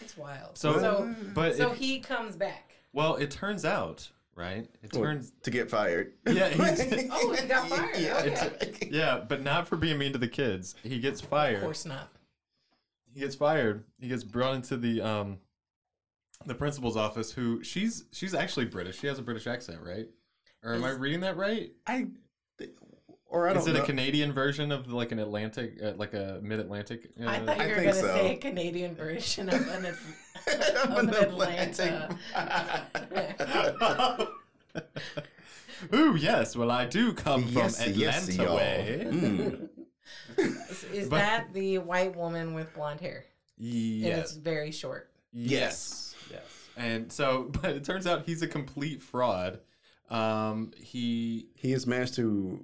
Speaker 2: It's wild.
Speaker 3: So-
Speaker 2: So, so,
Speaker 3: but it,
Speaker 2: he comes back.
Speaker 3: well, it turns out right? It
Speaker 4: Well,
Speaker 3: turns
Speaker 4: to get fired.
Speaker 3: Yeah, he-
Speaker 2: Oh, he got fired.
Speaker 4: Yeah.
Speaker 3: yeah, but not for being mean to the kids. He gets
Speaker 2: Of
Speaker 3: fired.
Speaker 2: course not.
Speaker 3: He gets fired. He gets brought into the um the principal's office who she's she's actually British. She has a British accent, right? Or am I
Speaker 2: Is-
Speaker 3: reading that right?
Speaker 4: I or I don't
Speaker 3: Is it
Speaker 4: know.
Speaker 3: a Canadian version of like an Atlantic uh, like a mid-Atlantic uh,
Speaker 2: I thought you
Speaker 4: I
Speaker 2: were
Speaker 4: think
Speaker 2: going to
Speaker 4: so.
Speaker 2: say a Canadian version of an.
Speaker 4: Up
Speaker 2: Of
Speaker 4: in
Speaker 2: an
Speaker 4: Atlanta.
Speaker 3: Ooh, yes. Well, I do come
Speaker 4: Yes,
Speaker 3: from Atlanta
Speaker 4: yes, y'all.
Speaker 3: way.
Speaker 4: Mm.
Speaker 2: Is, is
Speaker 3: But-
Speaker 2: that the white woman with blonde hair? And it's
Speaker 3: Yes.
Speaker 2: very short.
Speaker 3: Yes. Yes. And so, but it turns out he's a complete fraud. Um, he
Speaker 4: He has managed to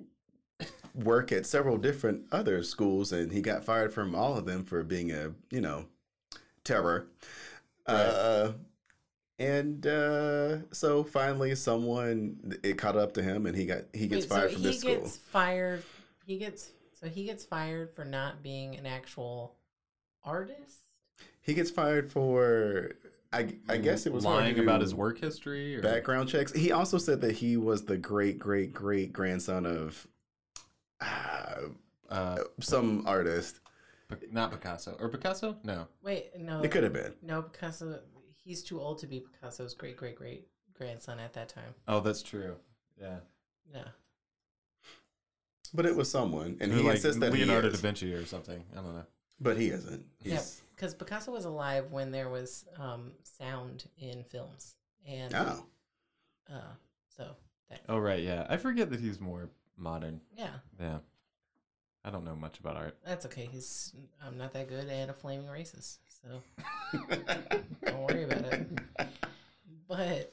Speaker 4: work at several different other schools, and he got fired from all of them for being a you know terror. Uh, and uh, so finally, someone it caught up to him, and he got he gets
Speaker 2: Wait,
Speaker 4: fired
Speaker 2: so
Speaker 4: from
Speaker 2: he
Speaker 4: this school.
Speaker 2: gets fired. He gets so he gets fired for not being an actual artist.
Speaker 4: He gets fired for I I guess it was hard
Speaker 3: lying
Speaker 4: to
Speaker 3: about
Speaker 4: do
Speaker 3: his work history. Or,
Speaker 4: background checks. He also said that he was the great great great grandson of uh,
Speaker 3: Uh,
Speaker 4: some artist.
Speaker 3: Pi- not Picasso or Picasso? No.
Speaker 2: Wait, no,
Speaker 4: It could have been.
Speaker 2: no Picasso. He's too old to be Picasso's great great great grandson at that time.
Speaker 3: Oh, that's true. Yeah.
Speaker 2: Yeah,
Speaker 4: But it was someone, and
Speaker 3: Or
Speaker 4: he
Speaker 3: like
Speaker 4: insists that
Speaker 3: Leonardo
Speaker 4: he
Speaker 3: da
Speaker 4: is,
Speaker 3: Vinci or something. I don't know.
Speaker 4: but he isn't.
Speaker 2: Yeah.
Speaker 4: He's,
Speaker 2: because Picasso was alive when there was um, sound in films, and
Speaker 4: Oh,
Speaker 2: uh, so that
Speaker 3: Oh right, yeah. I forget that he's more modern.
Speaker 2: yeah,
Speaker 3: Yeah. I don't know much about art.
Speaker 2: that's okay. He's I'm not that good at a flaming racist, so don't worry about it. But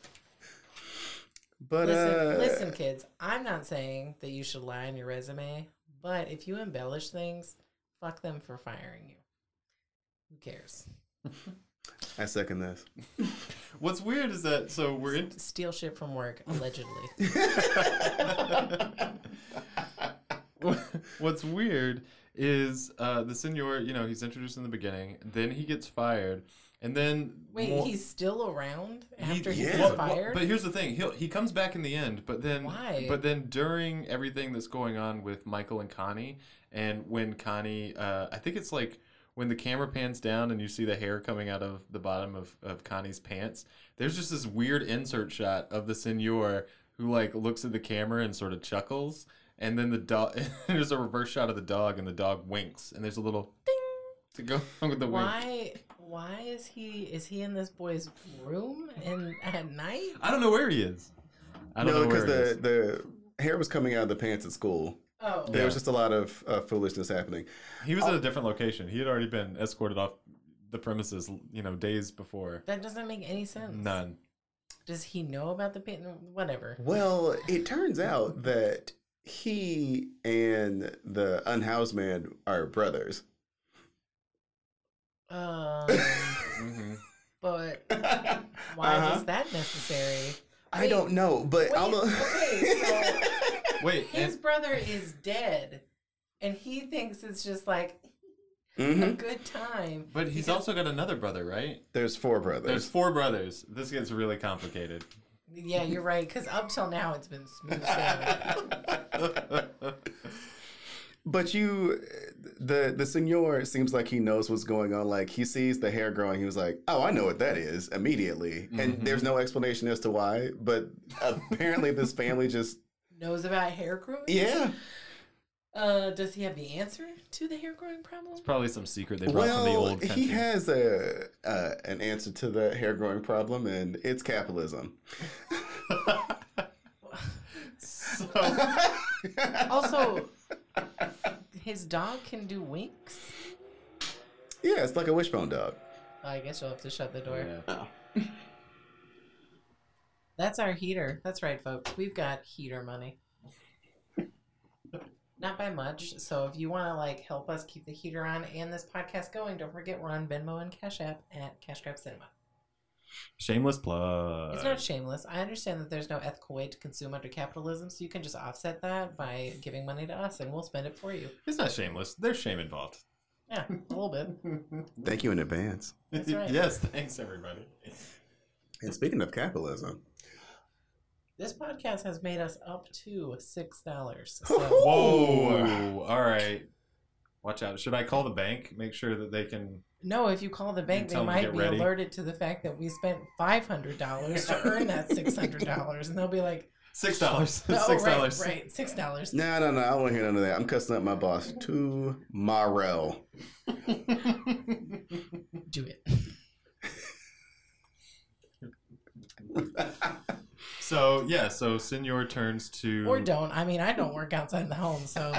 Speaker 4: but
Speaker 2: listen,
Speaker 4: uh,
Speaker 2: listen, kids. I'm not saying that you should lie on your resume, but if you embellish things, fuck them for firing you. Who cares?
Speaker 4: I second this.
Speaker 3: What's weird is that so we're in
Speaker 2: Steal shit from work allegedly.
Speaker 3: What's weird is uh, the senor, you know, he's introduced in the beginning, then he gets fired, and then
Speaker 2: Wait,
Speaker 3: more-
Speaker 2: he's still around
Speaker 3: he-
Speaker 2: after he,
Speaker 4: yeah.
Speaker 2: gets
Speaker 3: well, well,
Speaker 2: fired?
Speaker 3: But here's the thing: he he comes back in the end, but then
Speaker 2: Why?
Speaker 3: but then during everything that's going on with Michael and Connie, and when Connie, uh, I think it's like when the camera pans down and you see the hair coming out of the bottom of, of Connie's pants. There's just this weird insert shot of the senor who like looks at the camera and sort of chuckles, and then the dog. there's a reverse shot of the dog, and the dog winks, and there's a little ding to go along with the wink.
Speaker 2: why? Why is he? Is he in this boy's room and at night?
Speaker 3: I don't know where he is. I don't
Speaker 4: no,
Speaker 3: know where
Speaker 4: because
Speaker 3: he is.
Speaker 4: the the hair was coming out of the pants at school.
Speaker 2: Oh,
Speaker 4: There was just a lot of uh, foolishness happening.
Speaker 3: He was at a different location. He had already been escorted off the premises, you know, days before.
Speaker 2: that doesn't make any sense.
Speaker 3: None.
Speaker 2: Does he know about the pin? Whatever.
Speaker 4: Well, it turns out that he and the unhoused man are brothers.
Speaker 2: Um,
Speaker 3: Mm-hmm.
Speaker 2: but why
Speaker 3: Uh-huh.
Speaker 4: Why
Speaker 2: was that necessary?
Speaker 4: I don't know, but
Speaker 2: Wait,
Speaker 4: all of-
Speaker 2: okay,
Speaker 3: Wait,
Speaker 2: His
Speaker 3: and-
Speaker 2: brother is dead, and he thinks it's just like a
Speaker 4: Mhm.
Speaker 2: good time.
Speaker 3: Mm-hmm. but he's
Speaker 2: because-
Speaker 3: also got another brother, right?
Speaker 4: there's four
Speaker 3: There's
Speaker 4: brothers.
Speaker 3: four brothers. This gets really complicated.
Speaker 2: Yeah, you're right. Because up till now, it's been smooth sailing.
Speaker 4: But you, the the senor seems like he knows what's going on. Like he sees the hair growing, he was like, "Oh, I know what that is." Immediately,
Speaker 3: Mhm.
Speaker 4: and there's no explanation as to why. But apparently, this family just
Speaker 2: Knows about hair growing.
Speaker 4: yeah.
Speaker 2: Uh, does he have the answer to the hair growing problem?
Speaker 3: Probably some secret they brought from the
Speaker 4: Well,
Speaker 3: old country.
Speaker 4: he has a uh, an answer to the hair growing problem, and it's capitalism.
Speaker 3: so,
Speaker 2: Also, his dog can do winks.
Speaker 4: Yeah, it's like a wishbone dog.
Speaker 2: I guess you'll have to shut the door.
Speaker 3: yeah.
Speaker 2: That's our heater. That's right, folks. We've got heater money. Not by much. So if you want to like help us keep the heater on and this podcast going, don't forget we're on Venmo and Cash App at Cash Grab Cinema.
Speaker 3: Shameless plug.
Speaker 2: It's not shameless. I understand that there's no ethical way to consume under capitalism, so you can just offset that by giving money to us, and we'll spend it for you.
Speaker 3: It's not shameless. There's shame involved.
Speaker 2: Yeah, a little bit.
Speaker 4: Thank you in advance.
Speaker 2: That's right.
Speaker 3: yes, thanks everybody.
Speaker 4: And speaking of capitalism,
Speaker 2: This podcast has made us up to six dollars.
Speaker 4: Woo-hoo!
Speaker 2: So
Speaker 3: Whoa! All right. Watch out. Should I call the bank? Make sure that they can.
Speaker 2: no, if you call the bank,
Speaker 3: tell
Speaker 2: they
Speaker 3: 'em to
Speaker 2: might
Speaker 3: get
Speaker 2: be
Speaker 3: ready.
Speaker 2: alerted to the fact that we spent five hundred dollars to earn that six hundred dollars, and they'll be like,
Speaker 3: Six dollars.
Speaker 2: "No,
Speaker 3: Six
Speaker 2: Oh, right,
Speaker 3: dollars.
Speaker 2: right, six dollars."
Speaker 4: No, no, no. I won't hear none of that. I'm cussing up my boss tomorrow.
Speaker 2: Do it.
Speaker 3: So yeah. So Senor turns to
Speaker 2: Or don't. I mean, I don't work outside the home, so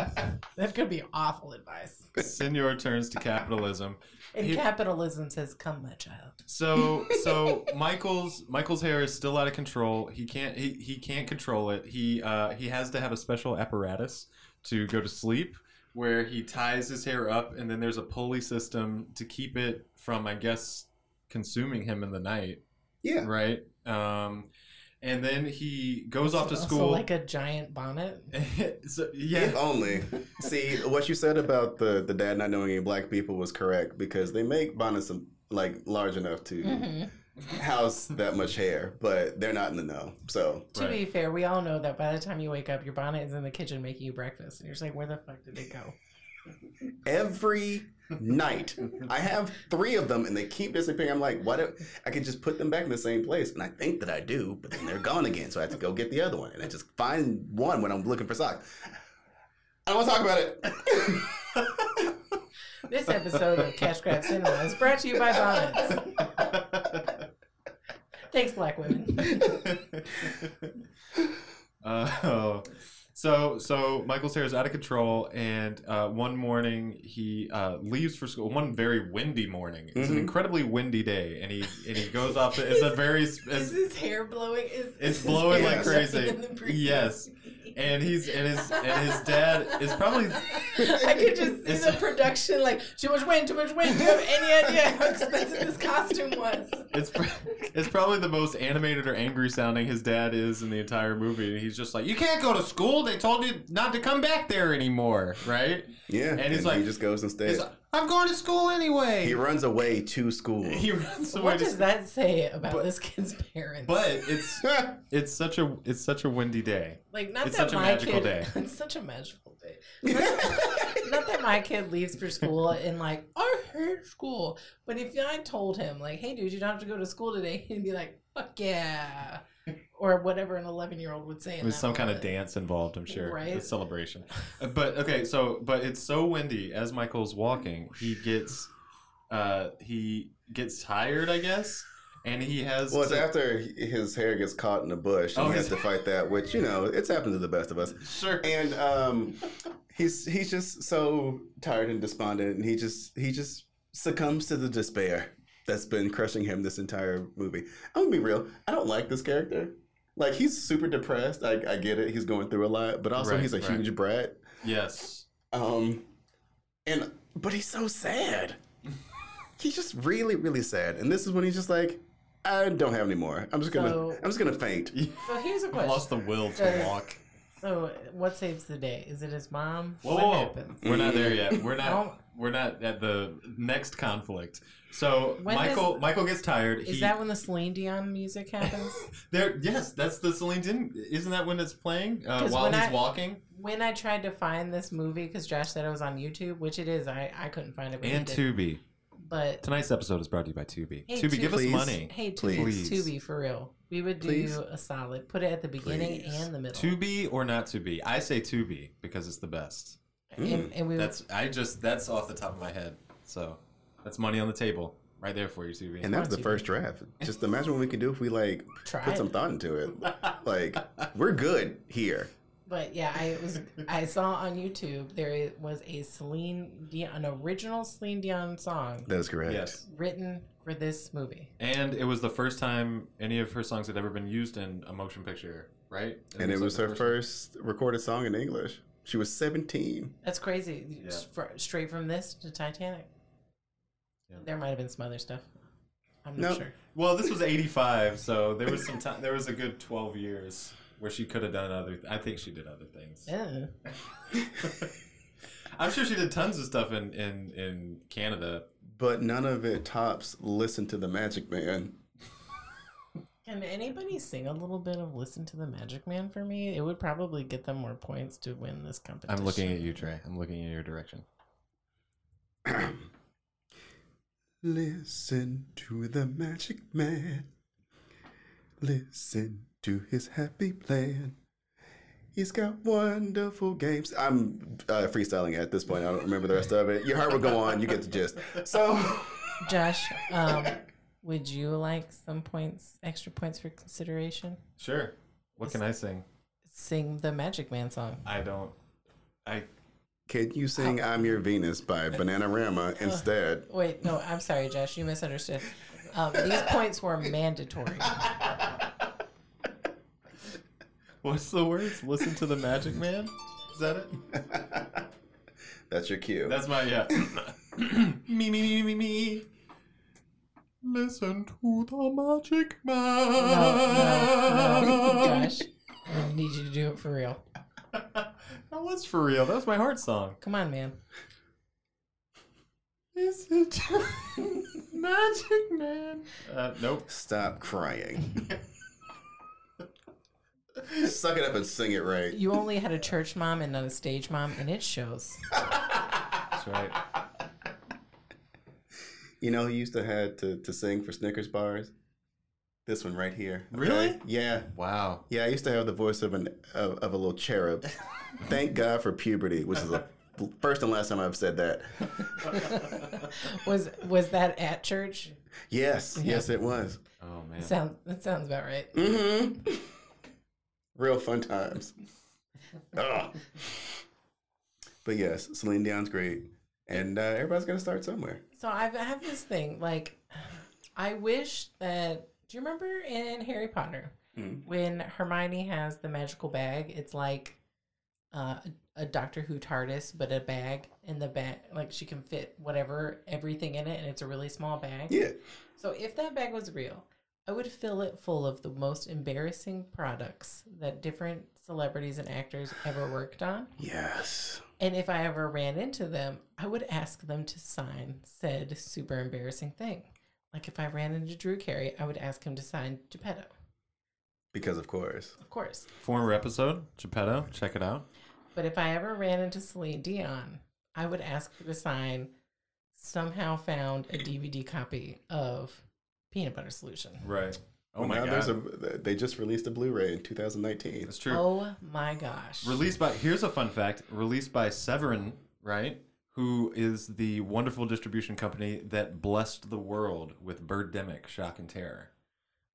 Speaker 2: that could be awful advice.
Speaker 3: Senor turns to capitalism.
Speaker 2: And
Speaker 3: Here-
Speaker 2: capitalism says, "Come, my child."
Speaker 3: So so Michael's Michael's hair is still out of control. He can't he, he can't control it. He uh, he has to have a special apparatus to go to sleep where he ties his hair up and then there's a pulley system to keep it from I guess consuming him in the night,
Speaker 4: Yeah.
Speaker 3: right? Um, and then he goes off to
Speaker 2: Also
Speaker 3: school.
Speaker 2: like a giant bonnet.
Speaker 3: so,
Speaker 4: If
Speaker 3: yeah.
Speaker 4: only. See, what you said about the, the dad not knowing any black people was correct because they make bonnets um, like large enough to
Speaker 2: Mhm.
Speaker 4: house that much hair, but they're not in the know. So
Speaker 2: To be fair, we all know that by the time you wake up, your bonnet is in the kitchen making you breakfast, and you're just like, "Where the fuck did it go?"
Speaker 4: every night I have three of them and they keep disappearing. I'm like, why do I could just put them back in the same place? And I think that I do, but then they're gone again. So I have to go get the other one. And I just find one when I'm looking for socks. I don't want to talk about it.
Speaker 2: This episode of Cash Grab Cinema is brought to you by bonnets. Thanks, black women.
Speaker 3: uh, so so Michael's hair is out of control, and uh, one morning he uh, leaves for school. One very windy morning. It's an
Speaker 2: Mm-hmm.
Speaker 4: Mhm.
Speaker 3: incredibly windy day, and he and he goes off. To, it's a very sp-
Speaker 2: Is
Speaker 3: it's,
Speaker 2: his hair blowing? Is,
Speaker 3: It's
Speaker 2: is his
Speaker 3: blowing
Speaker 2: hair
Speaker 4: like
Speaker 3: crazy.
Speaker 2: in the breeze?
Speaker 3: Yes. and he's and his and his dad is probably
Speaker 2: I could just see
Speaker 3: It's-
Speaker 2: the production like too much wind, too much wind. Do you have any idea how expensive this costume was?
Speaker 3: it's pr- it's probably the most animated or angry sounding his dad is in the entire movie. And he's just like, "You can't go to school. They told you not to come back there anymore, right?"
Speaker 4: yeah.
Speaker 3: And he's like-
Speaker 4: he just goes instead.
Speaker 3: He's like, "I'm going to school anyway."
Speaker 4: he runs away to school.
Speaker 3: he runs away
Speaker 2: What
Speaker 3: to
Speaker 2: does that say about
Speaker 3: But-
Speaker 2: this kid's parents?
Speaker 3: But it's it's such a it's such a windy day.
Speaker 2: like, not
Speaker 3: it's
Speaker 2: that
Speaker 3: such a
Speaker 2: my
Speaker 3: magical
Speaker 2: kid,
Speaker 3: day.
Speaker 2: It's such a magical day. not that my kid leaves for school and like I hate school, but if I told him like, "Hey, dude, you don't have to go to school today," he'd be like, "Fuck yeah," or whatever an eleven-year-old would say. in
Speaker 3: There's
Speaker 2: that
Speaker 3: some kind of
Speaker 2: moment.
Speaker 3: dance involved, I'm sure.
Speaker 2: Right?
Speaker 3: It's celebration. But okay, so but it's so windy as Michael's walking, he gets uh he gets tired, I guess, and he has
Speaker 4: Well, it's
Speaker 3: to-
Speaker 4: after his hair gets caught in a bush and
Speaker 3: Oh,
Speaker 4: he has
Speaker 3: his-
Speaker 4: to fight that, which you know, it's happened to the best of us.
Speaker 3: sure.
Speaker 4: And um, he's he's just so tired and despondent, and he just he just succumbs to the despair that's been crushing him this entire movie. I'm gonna be real, I don't like this character. Like he's super depressed. I, I get it. He's going through a lot, but also
Speaker 3: Right,
Speaker 4: he's a
Speaker 3: right.
Speaker 4: huge brat.
Speaker 3: Yes.
Speaker 4: Um, and but he's so sad. he's just really, really sad. And this is when he's just like, I don't have any more. I'm just gonna,
Speaker 2: So-
Speaker 4: I'm just gonna faint.
Speaker 2: So here's a
Speaker 3: I've
Speaker 2: question.
Speaker 3: lost the will to
Speaker 2: Does-
Speaker 3: walk.
Speaker 2: So what saves the day? Is it his mom?
Speaker 3: Whoa,
Speaker 2: what
Speaker 3: whoa, whoa.
Speaker 2: happens?
Speaker 3: We're not there yet. We're
Speaker 2: Oh.
Speaker 3: not we're not at the next conflict. So
Speaker 2: When does-
Speaker 3: Michael Michael gets tired.
Speaker 2: Is that when the Celine Dion music happens?
Speaker 3: there? Yes, that's the Celine. Dion. Isn't that when it's playing uh,
Speaker 2: 'Cause
Speaker 3: while
Speaker 2: when
Speaker 3: he's
Speaker 2: I-
Speaker 3: walking?
Speaker 2: when I tried to find this movie, because Josh said it was on YouTube, which it is, I, I couldn't find it. but he
Speaker 3: And
Speaker 2: did.
Speaker 3: Tubi.
Speaker 2: But
Speaker 3: Tonight's episode is brought to you by Tubi.
Speaker 2: Hey,
Speaker 3: Tubi, give us
Speaker 4: Tubi.
Speaker 3: money.
Speaker 2: hey, Tubi,
Speaker 4: Please.
Speaker 2: it's Tubi for real. We would do
Speaker 4: Please.
Speaker 2: a solid. Put it at the beginning
Speaker 4: Please.
Speaker 2: and the middle.
Speaker 3: Tubi or not Tubi? I say Tubi because it's the best.
Speaker 2: And,
Speaker 4: mm,
Speaker 2: and we would,
Speaker 3: That's I just that's off the top of my head. So that's money on the table right there for you, Tubi.
Speaker 4: And that was the first draft. Just imagine what we could do if we like
Speaker 2: Tried.
Speaker 4: put some thought into it. Like we're good here.
Speaker 2: but yeah, I was I saw on YouTube there i- was a Celine Dion, an original Celine Dion song
Speaker 4: That is correct.
Speaker 3: yes.
Speaker 2: written for this movie.
Speaker 3: And it was the first time any of her songs had ever been used in a motion picture, right?
Speaker 4: And it was
Speaker 3: like
Speaker 4: her
Speaker 3: the
Speaker 4: first recorded song in English. She was 17.
Speaker 2: That's crazy.
Speaker 3: Yeah.
Speaker 2: S- fr- straight from this to Titanic.
Speaker 3: Yeah.
Speaker 2: There might have been some other stuff. I'm
Speaker 4: No.
Speaker 2: not sure.
Speaker 3: Well, this was '85, so there was some time. There was a good 12 years where she could have done other. I think she did other things.
Speaker 2: Yeah.
Speaker 3: I'm sure she did tons of stuff in in in Canada.
Speaker 4: But none of it tops Listen to the Magic Man.
Speaker 2: Can anybody sing a little bit of "Listen to the Magic Man" for me? It would probably get them more points to win this competition.
Speaker 3: I'm looking at you, Trey. I'm looking in your direction.
Speaker 4: Listen to the magic man. Listen to his happy plan. He's got wonderful games. I'm uh, freestyling at this point. I don't remember the rest of it. Your heart will go on. You get the gist. So,
Speaker 2: Josh, um, would you like some points, extra points for consideration?
Speaker 3: Sure. What can I sing?
Speaker 2: Sing the Magic Man song.
Speaker 3: I don't. I
Speaker 4: can you sing "I'm Your Venus" by Bananarama instead?
Speaker 2: Wait, no, I'm sorry, Josh. You misunderstood. Um, these points were mandatory.
Speaker 3: What's the words? Listen to the Magic Man. Is that it?
Speaker 4: That's your cue.
Speaker 3: That's my yeah. me me me me me. Listen to the Magic Man.
Speaker 2: No, no, no, Josh. I need you to do it for real.
Speaker 3: That was for real. That was my heart song.
Speaker 2: Come on, man.
Speaker 3: Listen to Magic Man. Uh, nope.
Speaker 4: Stop crying. Suck it up and sing it right.
Speaker 2: You only had a church mom and not a stage mom, and it shows.
Speaker 3: That's right.
Speaker 4: You know who used to had to, to sing for Snickers bars? This one right here. okay?
Speaker 3: Really?
Speaker 4: Yeah.
Speaker 3: Wow.
Speaker 4: Yeah, I used to have the voice of an of, of a little cherub. Thank God for puberty, which is the first and last time I've said that.
Speaker 2: Was was that at church?
Speaker 4: Yes, yes, it was.
Speaker 3: Oh man.
Speaker 2: Sound that sounds about right.
Speaker 4: hmm Real fun times. Ugh. But yes, Celine Dion's great, and uh, everybody's got to start somewhere.
Speaker 2: So I've, I have this thing like, I wish that. Do you remember in Harry Potter
Speaker 4: Mm.
Speaker 2: when Hermione has the magical bag? It's like uh, a Doctor Who TARDIS, but a bag, and the bag like she can fit whatever everything in it, and it's a really small bag.
Speaker 4: Yeah.
Speaker 2: So if that bag was real, I would fill it full of the most embarrassing products that different celebrities and actors ever worked on.
Speaker 4: Yes.
Speaker 2: And if I ever ran into them, I would ask them to sign said super embarrassing thing. Like if I ran into Drew Carey, I would ask him to sign Geppetto,
Speaker 4: Because of course.
Speaker 2: of course.
Speaker 3: Former episode, Geppetto. Check it out.
Speaker 2: But if I ever ran into Celine Dion, I would ask her to sign somehow found a DVD copy of Peanut Butter Solution.
Speaker 3: Right. Oh
Speaker 4: Well,
Speaker 3: my
Speaker 4: now
Speaker 3: god.
Speaker 4: There's a, they just released a Blu-ray in 2019.
Speaker 3: That's true.
Speaker 2: Oh my gosh.
Speaker 3: Released by here's a fun fact. Released by Severin, right? Who is the wonderful distribution company that blessed the world with Birdemic, Shock and Terror?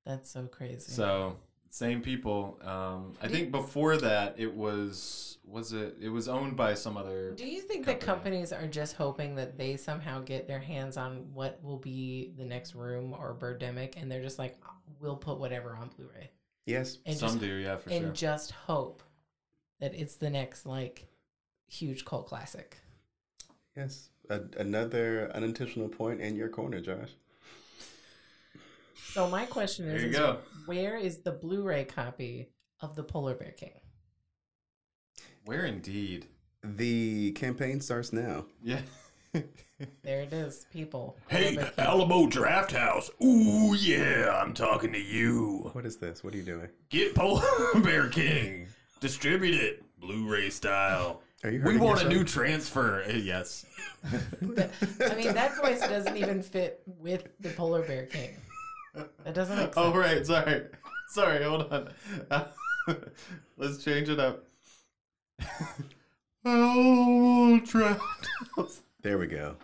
Speaker 2: That's so crazy.
Speaker 3: So same people. Um, I think before that it was was it it was owned by some other.
Speaker 2: Do you think that
Speaker 3: company.
Speaker 2: companies are just hoping that they somehow get their hands on what will be the next room or Birdemic, and they're just like, we'll put whatever on Blu-ray
Speaker 4: Yes.
Speaker 2: and
Speaker 3: Some
Speaker 2: just
Speaker 3: do, yeah, for
Speaker 2: and
Speaker 3: sure.
Speaker 2: just hope that it's the next like huge cult classic.
Speaker 4: Yes. A, another unintentional point in your corner, Josh.
Speaker 2: So my question
Speaker 3: There
Speaker 2: is,
Speaker 3: you
Speaker 2: is
Speaker 3: go.
Speaker 2: where is the Blu-ray copy of the Polar Bear King?
Speaker 3: Where indeed?
Speaker 4: The campaign starts now.
Speaker 3: Yeah.
Speaker 2: There it is, people.
Speaker 5: Hey,
Speaker 2: Polar Bear King.
Speaker 5: Alamo Draft House. Ooh, yeah, I'm talking to you.
Speaker 4: What is this? What are you doing?
Speaker 5: Get Polar Bear King. Distribute it, Blu-ray style.
Speaker 4: Are you
Speaker 5: We
Speaker 4: hurting
Speaker 5: want a
Speaker 4: yourself?
Speaker 5: new transfer. Eh, Yes.
Speaker 2: I mean, that voice doesn't even fit with the Polar Bear King. That doesn't. Make sense.
Speaker 3: oh right, sorry, sorry. Hold on. Let's change it up. Owl draft. house.
Speaker 4: There we go.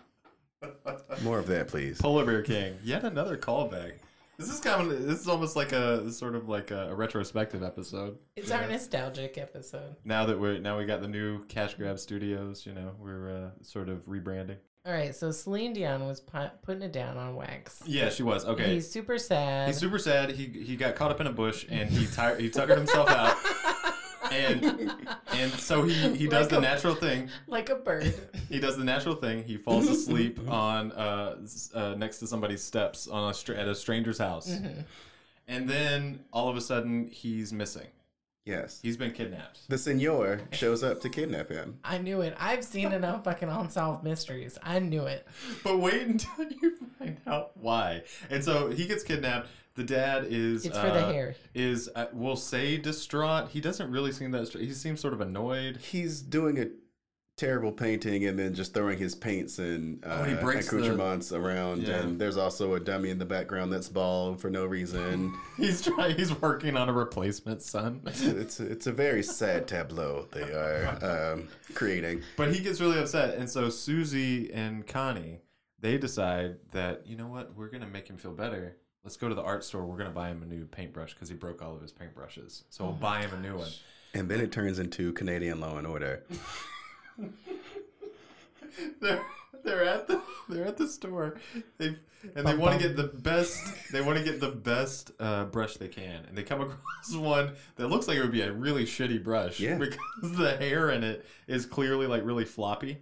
Speaker 4: More of that, please.
Speaker 3: Polar Bear King. Yet another callback. This is kind of. This is almost like a sort of like a, a retrospective episode.
Speaker 2: It's our nostalgic episode.
Speaker 3: Now that we're now we got the new Cash Grab Studios. You know we're uh, sort of rebranding.
Speaker 2: All right, so Celine Dion was pu- putting it down on wax.
Speaker 3: Yeah, she was okay.
Speaker 2: He's super sad.
Speaker 3: He's super sad. He he got caught up in a bush and he tire he tuckered himself out. And and so he, he does
Speaker 2: Like
Speaker 3: the
Speaker 2: a-
Speaker 3: natural thing.
Speaker 2: like a bird.
Speaker 3: He does the natural thing. He falls asleep on uh, s- uh next to somebody's steps on a str- at a stranger's house.
Speaker 2: Mm-hmm.
Speaker 3: And then all of a sudden he's missing.
Speaker 4: Yes.
Speaker 3: He's been kidnapped.
Speaker 4: The senor shows up to kidnap him.
Speaker 2: I knew it. I've seen enough fucking unsolved mysteries. I knew it.
Speaker 3: But wait until you find out why. And so he gets kidnapped. The dad is
Speaker 2: It's for the
Speaker 3: uh,
Speaker 2: hair.
Speaker 3: Is uh, we'll say distraught. He doesn't really seem that. Stra- he seems sort of annoyed.
Speaker 4: He's doing a terrible painting and then just throwing his paints and uh,
Speaker 3: Oh, he breaks the-
Speaker 4: accoutrements around.
Speaker 3: Yeah.
Speaker 4: And there's also a dummy in the background that's bald for no reason.
Speaker 3: He's trying. He's working on a replacement son.
Speaker 4: it's it's a very sad tableau they are um, creating.
Speaker 3: But he gets really upset, and so Susie and Connie they decide that you know what we're gonna make him feel better. Let's go to the art store. We're gonna buy him a new paintbrush because he broke all of his paintbrushes. So we'll buy him a new one.
Speaker 4: And then it turns into Canadian Law and Order.
Speaker 3: They're they're at the they're at the store. They and they want to get the best. They want to get the best uh, brush they can, and they come across one that looks like it would be a really shitty brush
Speaker 4: Yeah.
Speaker 3: because the hair in it is clearly like really floppy.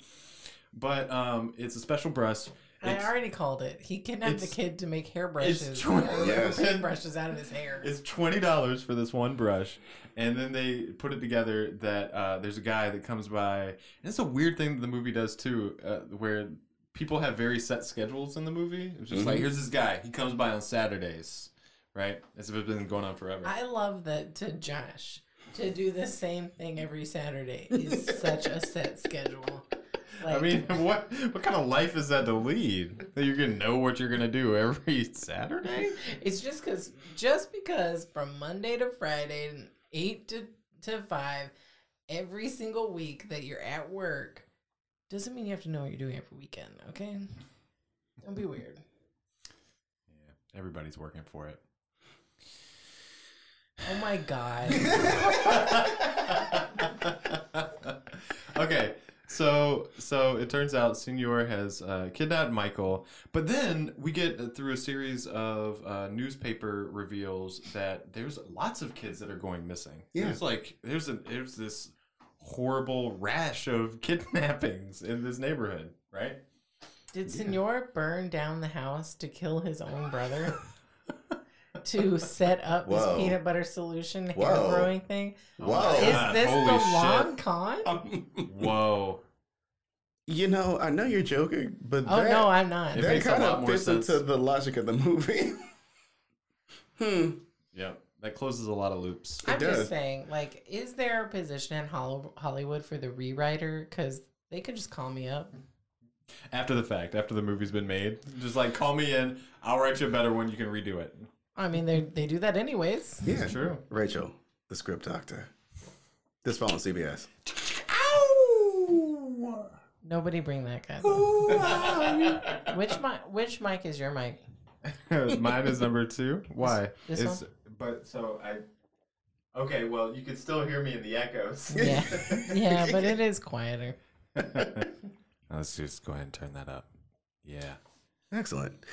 Speaker 3: But um, it's a special brush.
Speaker 2: I
Speaker 3: It's-
Speaker 2: already called it. He kidnapped the
Speaker 3: it's-
Speaker 2: kid to make hairbrushes.
Speaker 3: it's
Speaker 2: or
Speaker 3: true.
Speaker 4: Yes.
Speaker 2: Paintbrushes out of his hair.
Speaker 3: It's twenty dollars for this one brush, and then they put it together that uh, there's a guy that comes by. And it's a weird thing that the movie does too, uh, where people have very set schedules in the movie. It's just like here's this guy, he comes by on Saturdays, right? As if it's been going on forever.
Speaker 2: I love that to Josh to do the same thing every Saturday is such a set schedule. Like,
Speaker 3: I mean, what what kind of life is that to lead? That you're gonna know what you're gonna do every Saturday?
Speaker 2: it's just because just because from Monday to Friday, eight to to five, every single week that you're at work, doesn't mean you have to know what you're doing every weekend. Okay, don't be weird.
Speaker 3: Yeah, everybody's working for it.
Speaker 2: Oh my god.
Speaker 3: okay, so so it turns out Senor has uh, kidnapped Michael, but then we get uh, through a series of uh, newspaper reveals that there's lots of kids that are going missing.
Speaker 4: Yeah.
Speaker 3: There's like there's a there's this horrible rash of kidnappings in this neighborhood, right?
Speaker 2: Did Senor burn down the house to kill his own brother? to set up
Speaker 4: Whoa.
Speaker 2: this peanut butter solution hair
Speaker 4: Whoa.
Speaker 2: growing thing?
Speaker 3: Oh.
Speaker 4: Wow.
Speaker 2: Is
Speaker 3: God,
Speaker 2: this
Speaker 3: holy
Speaker 2: the
Speaker 3: shit.
Speaker 2: long
Speaker 4: Oh,
Speaker 2: con?
Speaker 3: Whoa.
Speaker 4: You know, I know you're joking, but
Speaker 2: Oh
Speaker 4: that,
Speaker 2: no, I'm not.
Speaker 3: It
Speaker 4: that
Speaker 3: makes a
Speaker 4: kind
Speaker 3: lot
Speaker 4: of
Speaker 3: more
Speaker 4: fits
Speaker 3: sense.
Speaker 4: into the logic of the movie. hmm.
Speaker 3: Yeah, that closes a lot of loops.
Speaker 2: I'm
Speaker 4: does.
Speaker 2: just saying, like, is there a position in Hol- Hollywood for the rewriter? Because they could just call me up.
Speaker 3: After the fact, after the movie's been made, just like call me in. I'll write you a better one. You can redo it.
Speaker 2: I mean, they they do that anyways.
Speaker 4: Yeah.
Speaker 3: True.
Speaker 4: Rachel, the script doctor. This fall on CBS.
Speaker 2: Nobody bring that guy. though. which mic? Which mic is your mic?
Speaker 3: Mine is number two. Why?
Speaker 2: This- this
Speaker 3: It's- But so I. Okay, well you can still hear me in the echoes.
Speaker 2: Yeah, yeah, but it is quieter.
Speaker 3: Let's just go ahead and turn that up. Yeah.
Speaker 4: Excellent.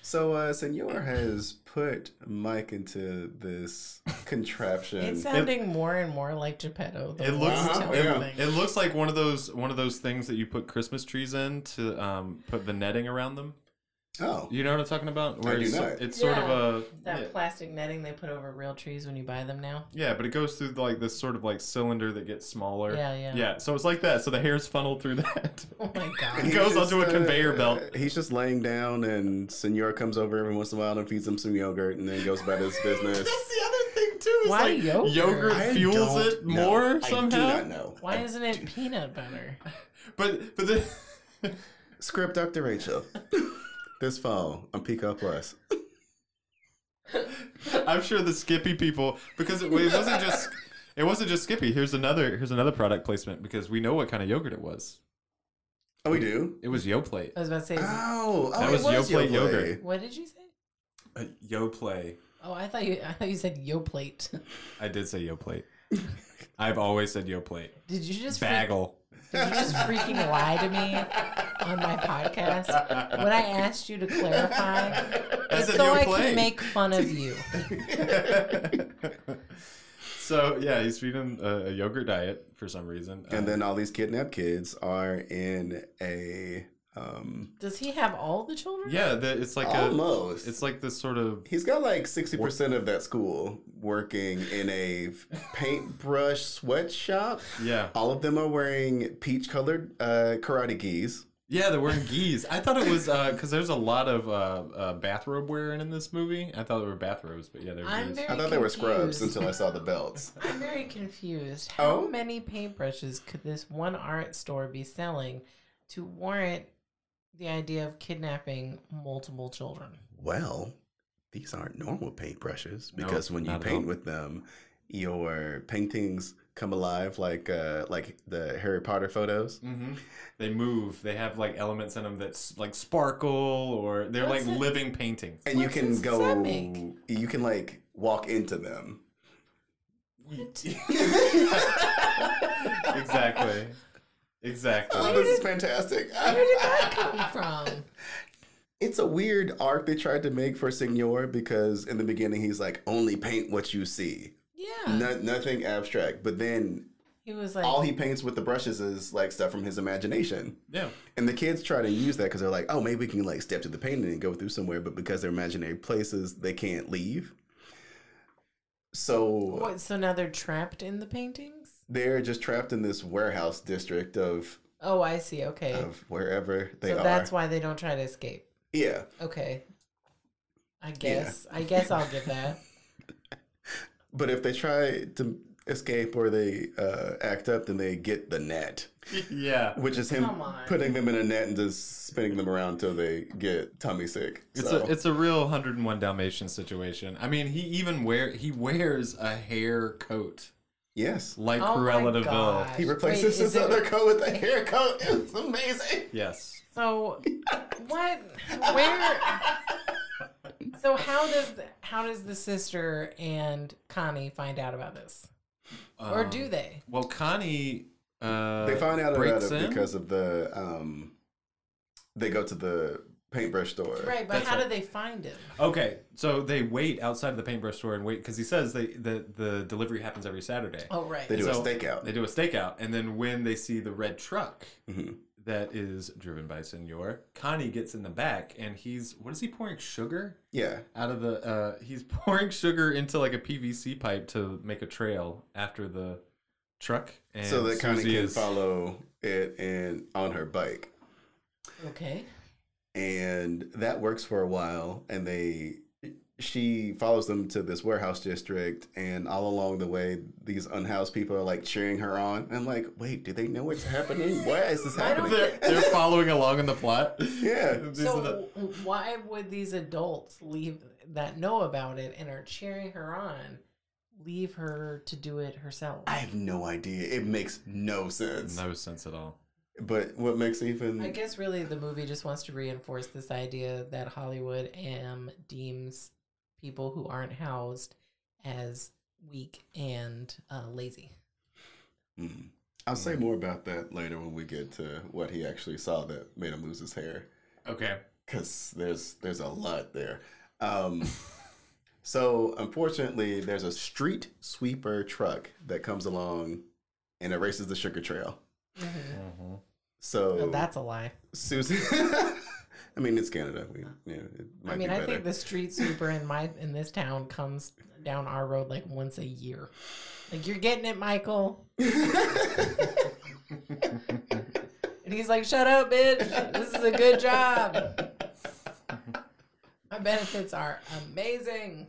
Speaker 4: So, uh, Senor has put Mike into this contraption.
Speaker 2: It's sounding more and more like Geppetto. the
Speaker 3: It looks
Speaker 2: Wise
Speaker 4: Uh-huh,
Speaker 2: Tower
Speaker 4: yeah.
Speaker 2: thing.
Speaker 3: it looks like one of those one of those things that you put Christmas trees in to um, put the netting around them.
Speaker 4: oh,
Speaker 3: You know what I'm talking about?
Speaker 4: do
Speaker 3: it's,
Speaker 4: not.
Speaker 3: it's sort of a
Speaker 2: That
Speaker 3: yeah.
Speaker 2: plastic netting they put over real trees when you buy them now.
Speaker 3: Yeah, but it goes through like this sort of like cylinder that gets smaller.
Speaker 2: Yeah, yeah.
Speaker 3: Yeah, so it's like that. So the hair's funneled through that.
Speaker 2: Oh my
Speaker 3: It
Speaker 2: god.
Speaker 3: goes
Speaker 4: He's
Speaker 3: onto a conveyor belt.
Speaker 4: uh, he's just laying down, and Senor comes over every once in a while and feeds him some yogurt, and then goes about his business.
Speaker 3: That's the other thing too. Is
Speaker 2: Why
Speaker 3: like
Speaker 2: yogurt?
Speaker 3: yogurt,
Speaker 4: I
Speaker 3: fuels
Speaker 4: don't
Speaker 3: it
Speaker 4: know.
Speaker 3: more
Speaker 4: I do
Speaker 3: somehow.
Speaker 4: not know.
Speaker 2: Why isn't it peanut butter?
Speaker 3: But but the
Speaker 4: Script Dr. Rachel. this fall on Pico Plus.
Speaker 3: I'm sure the Skippy people because it, it wasn't just it wasn't just Skippy. Here's another here's another product placement because we know what kind of yogurt it was.
Speaker 4: Oh, we do?
Speaker 3: It was Yoplait.
Speaker 2: I was about to say, is-
Speaker 4: Oh, oh
Speaker 3: That
Speaker 4: it
Speaker 3: was Yoplait yogurt.
Speaker 2: what did you say?
Speaker 3: Uh, Yoplait.
Speaker 2: Oh, I thought you I thought you said yo plate.
Speaker 3: I did say Yoplait. I've always said Yoplait.
Speaker 2: Did you just freak-
Speaker 3: Bagel.
Speaker 2: did you just freaking lie to me on my podcast when I asked you to clarify?
Speaker 3: I
Speaker 2: It's
Speaker 3: said
Speaker 2: so I
Speaker 3: Yoplait.
Speaker 2: can make fun of you.
Speaker 3: so yeah, he's feeding a, a yogurt diet for some reason.
Speaker 4: And
Speaker 3: Uh,
Speaker 4: then all these kidnapped kids are in a um
Speaker 2: Does he have all the children?
Speaker 3: yeah, the, it's like a
Speaker 4: almost.
Speaker 3: it's like this sort of
Speaker 4: He's got like sixty percent of that school working in a paintbrush sweatshop.
Speaker 3: yeah.
Speaker 4: All of them are wearing peach-colored uh, karate geese.
Speaker 3: Yeah, they're wearing geese. I thought it was because there's a lot of uh, uh, bathrobe wearing in this movie. I thought they were bathrobes, but yeah, they're
Speaker 2: I'm
Speaker 3: geese.
Speaker 2: very-
Speaker 4: I thought they were
Speaker 2: confused.
Speaker 4: scrubs until I saw the belts.
Speaker 2: I'm very confused. How
Speaker 4: Oh?
Speaker 2: many paintbrushes could this one art store be selling to warrant the idea of kidnapping multiple children?
Speaker 4: Well, these aren't normal paintbrushes
Speaker 3: No,
Speaker 4: because when you
Speaker 3: not at
Speaker 4: paint
Speaker 3: all.
Speaker 4: with them, your paintings come alive like uh, like the Harry Potter photos.
Speaker 3: hmm They move. They have like elements in them that s- like sparkle, or they're
Speaker 2: What's
Speaker 3: like
Speaker 2: it-
Speaker 3: living paintings.
Speaker 4: And you
Speaker 2: What
Speaker 4: can
Speaker 2: does
Speaker 4: go
Speaker 2: that make?
Speaker 4: you can like walk into them.
Speaker 3: exactly. Exactly.
Speaker 4: Oh, this is fantastic.
Speaker 2: Where did that come from?
Speaker 4: It's a weird arc they tried to make for Signor because in the beginning he's like, only paint what you see,
Speaker 2: Yeah.
Speaker 4: no, nothing abstract. But then
Speaker 2: He was like,
Speaker 4: all he paints with the brushes is like stuff from his imagination.
Speaker 3: Yeah.
Speaker 4: And the kids try to use that because they're like, oh, maybe we can like step to the painting and go through somewhere. But because they're imaginary places, they can't leave. So
Speaker 2: what, so now they're trapped in the paintings?
Speaker 4: they're just trapped in this warehouse district of
Speaker 2: Oh, I see. Okay.
Speaker 4: of wherever they
Speaker 2: so
Speaker 4: are.
Speaker 2: that's why they don't try to escape.
Speaker 4: yeah.
Speaker 2: Okay. I guess. I guess I'll give that.
Speaker 4: But if they try to escape or they uh, act up, then they get the net,
Speaker 3: yeah.
Speaker 4: which is him
Speaker 2: Come on.
Speaker 4: putting them in a net and just spinning them around till they get tummy sick.
Speaker 3: It's
Speaker 4: So-
Speaker 3: a it's a real 101 Dalmatian situation. I mean, he even wear he wears a hair coat
Speaker 4: yes.
Speaker 3: like
Speaker 2: Oh my
Speaker 3: Cruella de Vil.
Speaker 2: gosh.
Speaker 4: He
Speaker 2: Wait,
Speaker 4: replaces
Speaker 2: is
Speaker 4: his
Speaker 2: it-
Speaker 4: other coat with a hair coat. It's amazing.
Speaker 3: Yes.
Speaker 2: So what? Where? So how does how does the sister and Connie find out about this, or
Speaker 3: Um,
Speaker 2: do they?
Speaker 3: Well, Connie. Uh,
Speaker 4: They find out about
Speaker 3: breaks
Speaker 4: it
Speaker 3: in?
Speaker 4: because of the um they go to the paintbrush store.
Speaker 2: Right, but
Speaker 3: That's
Speaker 2: how
Speaker 3: right.
Speaker 2: do they find him?
Speaker 3: Okay, so they wait outside of the paintbrush store and wait because he says they the the delivery happens every Saturday.
Speaker 2: Oh, right.
Speaker 4: They do
Speaker 3: So-
Speaker 4: a stakeout.
Speaker 3: They do a stakeout, and then when they see the red truck
Speaker 4: Mhm.
Speaker 3: that is driven by Senor, Connie gets in the back, and he's what is he pouring sugar
Speaker 4: Yeah.
Speaker 3: out of the? Uh, he's pouring sugar into like a PVC pipe to make a trail after the truck. And
Speaker 4: so that Connie
Speaker 3: Susie
Speaker 4: can
Speaker 3: is-
Speaker 4: follow it and on her bike.
Speaker 2: Okay.
Speaker 4: And that works for a while and they she follows them to this warehouse district and all along the way these unhoused people are like cheering her on. I'm like, wait, do they know what's happening? Why is this
Speaker 2: I don't
Speaker 4: happening?
Speaker 3: They're, they're following along in the plot.
Speaker 4: Yeah.
Speaker 3: These
Speaker 2: So
Speaker 3: are the-
Speaker 2: w- why would these adults leave that know about it and are cheering her on, leave her to do it herself?
Speaker 4: I have no idea. It makes no sense.
Speaker 3: no sense at all.
Speaker 4: But what makes even
Speaker 2: I guess really the movie just wants to reinforce this idea that Hollywood um deems people who aren't housed as weak and uh, lazy.
Speaker 4: Mm. I'll say more about that later when we get to what he actually saw that made him lose his hair,
Speaker 3: Okay.
Speaker 4: because there's there's a lot there. Um, so unfortunately, there's a street sweeper truck that comes along and erases the sugar trail.
Speaker 3: Mm-hmm.
Speaker 4: So
Speaker 2: Oh, that's a lie.
Speaker 4: Susan. I mean, it's Canada. We, yeah, it might
Speaker 2: I mean,
Speaker 4: be
Speaker 2: I
Speaker 4: better.
Speaker 2: think the street sweeper in my in this town comes down our road like once a year. Like you're getting it, Michael. and he's like, "Shut up, bitch! This is a good job. My benefits are amazing."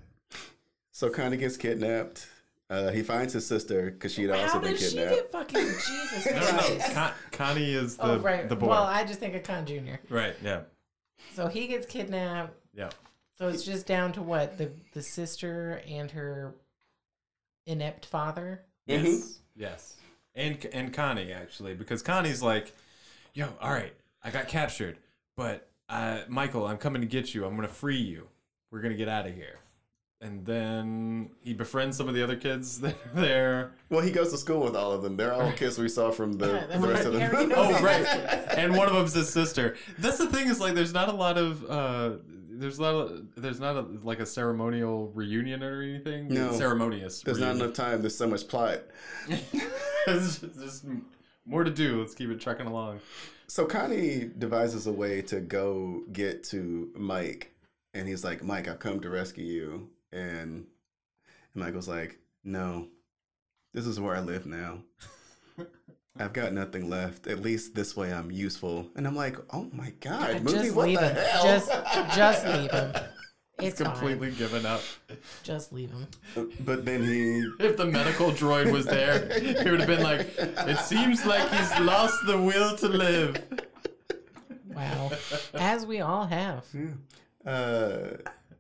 Speaker 4: so Connie gets kidnapped. Uh, he finds his sister because she had
Speaker 2: How
Speaker 4: also been
Speaker 2: did she
Speaker 4: kidnapped.
Speaker 2: get fucking Jesus
Speaker 3: No, no, no.
Speaker 2: Christ?
Speaker 3: Con- Connie is the
Speaker 2: oh right.
Speaker 3: the boy.
Speaker 2: Well, I just think of Con Junior.
Speaker 3: right. Yeah.
Speaker 2: So he gets kidnapped.
Speaker 3: Yeah.
Speaker 2: So it's just down to what the the sister and her inept father.
Speaker 3: Yes.
Speaker 4: Mhm.
Speaker 3: Yes. And and Connie actually, because Connie's like, "Yo, all right, I got captured, but uh, Michael, I'm coming to get you. I'm gonna free you. We're gonna get out of here." And then he befriends some of the other kids that are there.
Speaker 4: Well, he goes to school with all of them. They're all kids we saw from the,
Speaker 2: Yeah,
Speaker 4: the rest of the
Speaker 2: everybody
Speaker 4: movie.
Speaker 2: knows
Speaker 3: Oh, right.
Speaker 2: that.
Speaker 3: And one of them's his sister. That's the thing is like, there's not a lot of uh, there's not a, there's not a, like a ceremonial reunion or anything.
Speaker 4: No.
Speaker 3: ceremonious.
Speaker 4: There's not
Speaker 3: reunion.
Speaker 4: enough time. There's so much plot.
Speaker 3: there's just- there's more to do. Let's keep it trucking along.
Speaker 4: So Connie devises a way to go get to Mike, and he's like, "Mike, I've come to rescue you." And Michael's like, "No, this is where I live now." I've got nothing left. At least this way I'm useful. And I'm like, oh my god,
Speaker 2: God,
Speaker 4: movie,
Speaker 2: just
Speaker 4: what
Speaker 2: leave
Speaker 4: the
Speaker 2: him.
Speaker 4: hell?
Speaker 2: Just, just leave him. It's completely.
Speaker 3: completely given up.
Speaker 2: Just leave him.
Speaker 4: But then he
Speaker 3: If the medical droid was there, he would have been like, "It seems like he's lost the will to live."
Speaker 2: Wow. As we all have.
Speaker 4: uh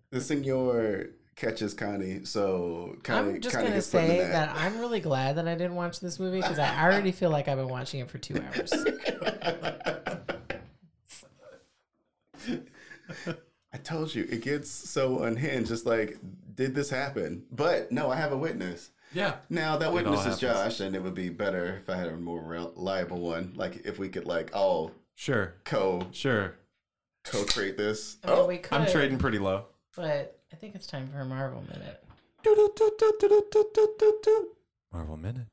Speaker 4: the senor catches Connie, so Connie
Speaker 2: I'm just
Speaker 4: Connie
Speaker 2: gonna
Speaker 4: gets put in the
Speaker 2: say
Speaker 4: net.
Speaker 2: that I'm really glad that I didn't watch this movie because I already feel like I've been watching it for two hours.
Speaker 4: I told you it gets so unhinged. Just like, did this happen? But no, I have a witness.
Speaker 3: Yeah.
Speaker 4: Now that
Speaker 3: all
Speaker 4: witness is
Speaker 3: happens.
Speaker 4: Josh, and it would be better if I had a more reliable one. Like if we could like all
Speaker 3: Sure.
Speaker 4: co
Speaker 3: Sure.
Speaker 4: co create this.
Speaker 2: I mean,
Speaker 4: Oh,
Speaker 2: we could,
Speaker 3: I'm trading pretty low.
Speaker 2: but I think it's time for a Marvel minute.
Speaker 3: Marvel minute.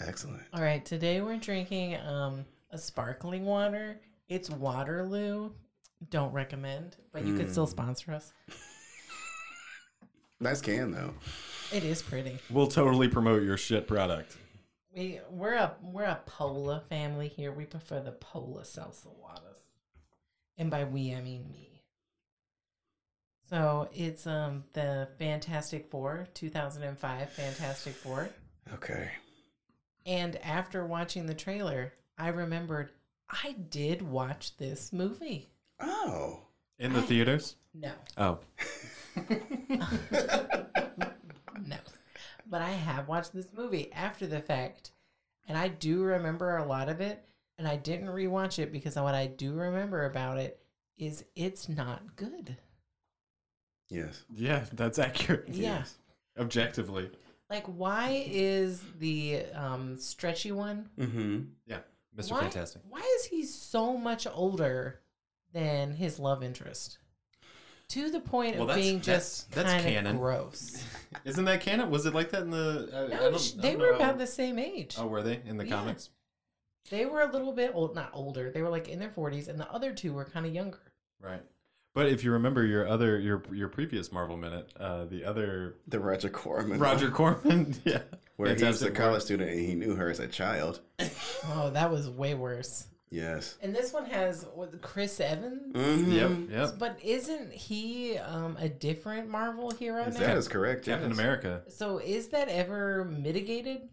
Speaker 4: excellent.
Speaker 2: All right, today we're drinking um, a sparkling water. It's Waterloo. Don't recommend, but you could still sponsor us.
Speaker 4: Nice can though.
Speaker 2: It is pretty.
Speaker 3: We'll totally promote your shit product.
Speaker 2: We we're a we're a Pola family here. We prefer the Pola salsa waters, and by we I mean me. So it's um the Fantastic Four, two thousand and five Fantastic Four,
Speaker 4: Okay.
Speaker 2: and after watching the trailer, I remembered I did watch this movie.
Speaker 4: Oh,
Speaker 3: In the theaters?
Speaker 2: No,
Speaker 3: Oh.
Speaker 2: no, but I have watched this movie after the fact, and I do remember a lot of it. And I didn't rewatch it because what I do remember about it is it's not good.
Speaker 4: yes.
Speaker 3: Yeah, that's accurate.
Speaker 2: Yeah.
Speaker 3: Objectively.
Speaker 2: Like, why is the um, stretchy one?
Speaker 4: Mm-hmm.
Speaker 3: Yeah. Mr.
Speaker 2: Why,
Speaker 3: Fantastic.
Speaker 2: Why is he so much older than his love interest? To the point
Speaker 3: Well,
Speaker 2: of
Speaker 3: that's-
Speaker 2: being
Speaker 3: that's-
Speaker 2: just
Speaker 3: that's
Speaker 2: kind of
Speaker 3: canon.
Speaker 2: gross.
Speaker 3: Isn't that canon? Was it like that in the. uh, I, I
Speaker 2: No,
Speaker 3: don't,
Speaker 2: sh-
Speaker 3: I
Speaker 2: they
Speaker 3: don't
Speaker 2: were
Speaker 3: know how-
Speaker 2: about the same age.
Speaker 3: Oh, were they? In the
Speaker 2: Yeah.
Speaker 3: comics?
Speaker 2: They were a little bit old, not older. They were like in their forties, and the other two were kind of younger.
Speaker 3: Right. But if you remember your other your your previous Marvel minute, uh, the other
Speaker 4: The Roger Corman.
Speaker 3: Roger Corman, yeah,
Speaker 4: where he was a
Speaker 3: Fantastic
Speaker 4: college
Speaker 3: work.
Speaker 4: student and he knew her as a child.
Speaker 2: Oh, that was way worse.
Speaker 4: Yes.
Speaker 2: And this one has what, Chris Evans,
Speaker 3: Yep,
Speaker 4: Mhm.
Speaker 3: Mm, yep.
Speaker 2: but isn't he um, a different Marvel hero
Speaker 3: Is
Speaker 2: now?
Speaker 4: That is correct.
Speaker 3: Captain
Speaker 4: yes.
Speaker 3: America.
Speaker 2: So is that ever mitigated?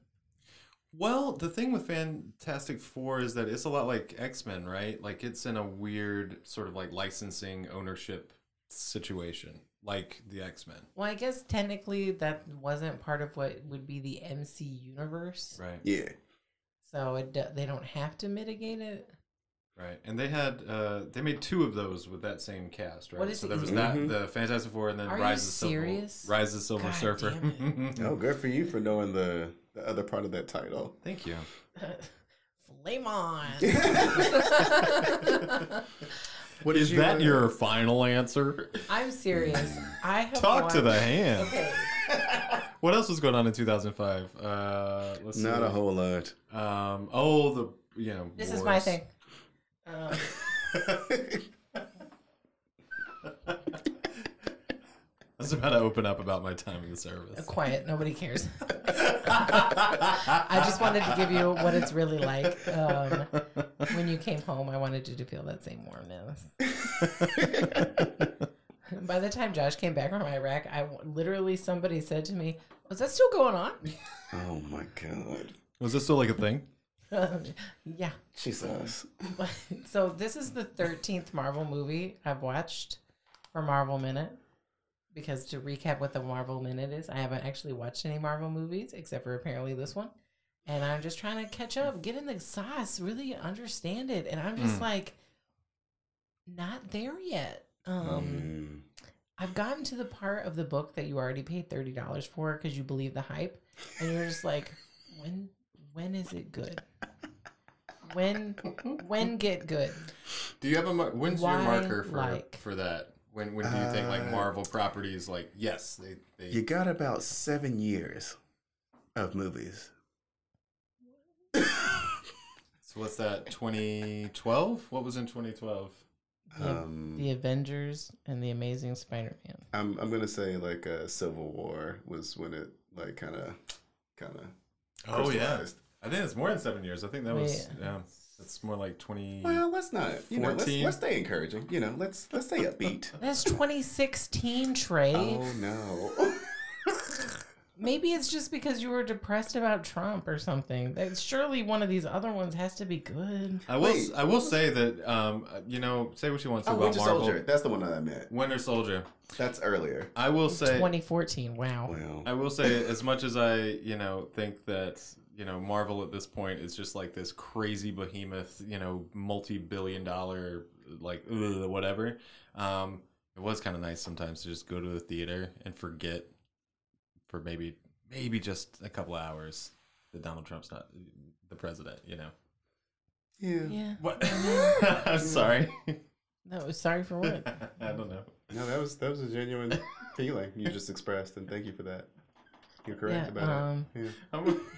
Speaker 3: Well, the thing with Fantastic Four is that it's a lot like X Men, right? Like it's in a weird sort of like licensing ownership situation, like the X Men,
Speaker 2: Well, I guess technically that wasn't part of what would be the MC universe.
Speaker 3: right?
Speaker 4: Yeah.
Speaker 2: So it, do- they don't have to mitigate it.
Speaker 3: Right, and they had uh they made two of those with that same cast, right?
Speaker 2: What is
Speaker 3: so
Speaker 2: it-
Speaker 3: there was
Speaker 4: is-
Speaker 3: that
Speaker 4: Mhm.
Speaker 3: the Fantastic Four, and then
Speaker 2: Are you
Speaker 3: Rise of Silver,
Speaker 2: serious?
Speaker 3: Rise of Silver
Speaker 2: God
Speaker 3: Surfer.
Speaker 4: Oh, good for you for knowing the, the other part of that title.
Speaker 3: Thank you.
Speaker 2: Flame on.
Speaker 4: What
Speaker 3: Is that your final answer?
Speaker 2: I'm serious. I have
Speaker 3: Talk to the
Speaker 2: watched-
Speaker 3: hand.
Speaker 2: Okay.
Speaker 3: What else was going on in 2005? Uh, let's
Speaker 4: Not
Speaker 3: see.
Speaker 4: a whole lot.
Speaker 3: Um, oh, the you know.
Speaker 2: This is my
Speaker 3: wars.
Speaker 2: thing. Um,
Speaker 3: I was about to open up about my time in the service.
Speaker 2: quiet. Nobody cares. I just wanted to give you what it's really like. Um, when you came home, I wanted you to feel that same warmness. By the time Josh came back from Iraq, I w- literally somebody said to me, "Was that still going
Speaker 4: oh my god.
Speaker 3: Was this still like a thing?
Speaker 2: on?" yeah.
Speaker 4: Jesus.
Speaker 2: But- so this is the thirteenth Marvel movie I've watched for Marvel Minute. Because to recap what the Marvel Minute is, I haven't actually watched any Marvel movies except for apparently this one. And I'm just trying to catch up, get in the sauce, really understand it. And I'm just
Speaker 3: Mm.
Speaker 2: like not there yet. Um
Speaker 4: Mm.
Speaker 2: I've gotten to the part of the book that you already paid thirty dollars for because you believe the hype, and you're just like, when when is it good? When when get good?
Speaker 3: Do you have a mar- when's
Speaker 2: Why,
Speaker 3: your marker for
Speaker 2: like-
Speaker 3: for that? When when do you think like
Speaker 4: Uh,
Speaker 3: Marvel properties like yes they they
Speaker 4: You got about seven years of movies.
Speaker 3: so what's that 2012? What was in 2012?
Speaker 2: The,
Speaker 4: Um,
Speaker 2: the Avengers and the Amazing Spider-Man.
Speaker 4: I'm I'm gonna say like uh, Civil War was when it like kind of kind of
Speaker 3: Oh yeah, I think it's more than seven years. I think that was yeah. It's more like twenty.
Speaker 4: Well, let's not. You know, let's,
Speaker 3: 14.
Speaker 4: let's stay encouraging. You know, let's let's stay upbeat.
Speaker 2: That's 2016, Trey.
Speaker 4: oh no.
Speaker 2: Maybe it's just because you were depressed about Trump or something. That surely one of these other ones has to be good.
Speaker 3: I will.
Speaker 4: Wait.
Speaker 3: I will say that. Um, you know, say what you want to
Speaker 4: oh,
Speaker 3: about
Speaker 4: Winter
Speaker 3: Marvel.
Speaker 4: Soldier. That's the one that I meant.
Speaker 3: Winter Soldier.
Speaker 4: That's earlier.
Speaker 3: I will say.
Speaker 2: 2014. Wow.
Speaker 4: Well,
Speaker 3: I will say, as much as I, you know, think that you know Marvel at this point is just like this crazy behemoth, you know, multi-billion-dollar, like ugh, whatever. Um, it was kind of nice sometimes to just go to the theater and forget for maybe, maybe just a couple of hours that Donald Trump's not the president. You know.
Speaker 4: yeah.
Speaker 2: Yeah.
Speaker 3: What? I'm sorry.
Speaker 2: No, sorry for
Speaker 3: I
Speaker 2: what?
Speaker 3: don't know.
Speaker 4: No, that was that was a genuine feeling you just expressed, and thank you for that. You're correct
Speaker 2: Yeah,
Speaker 4: about
Speaker 2: um,
Speaker 4: it. Yeah.
Speaker 3: I'm-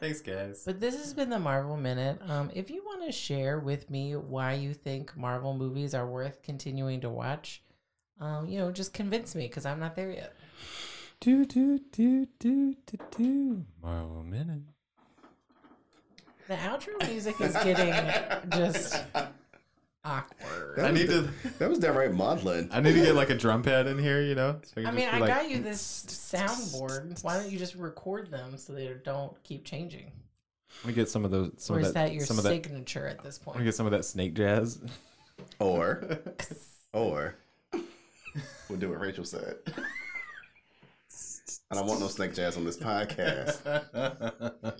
Speaker 3: Thanks, guys.
Speaker 2: But this has been the Marvel Minute. Um, if you want to share with me why you think Marvel movies are worth continuing to watch, um, you know, just convince me because I'm not there yet.
Speaker 3: Do do do do do do. Marvel minute.
Speaker 2: The outro music is getting just awkward.
Speaker 3: I
Speaker 4: was
Speaker 3: need
Speaker 4: the-
Speaker 3: to.
Speaker 4: That was downright maudlin.
Speaker 3: I need to get like a drum pad in here. You know. So
Speaker 2: I
Speaker 3: can
Speaker 2: mean,
Speaker 3: just
Speaker 2: I
Speaker 3: be like-
Speaker 2: got you this soundboard. Why don't you just record them so they don't keep changing?
Speaker 3: Let me get some of those. Some
Speaker 2: or
Speaker 3: of
Speaker 2: is that, your
Speaker 3: some of that.
Speaker 2: signature at this
Speaker 3: Let me
Speaker 2: point?
Speaker 3: get some of that snake jazz.
Speaker 4: Or, or, we'll do what Rachel said. I don't want no snake jazz on this podcast.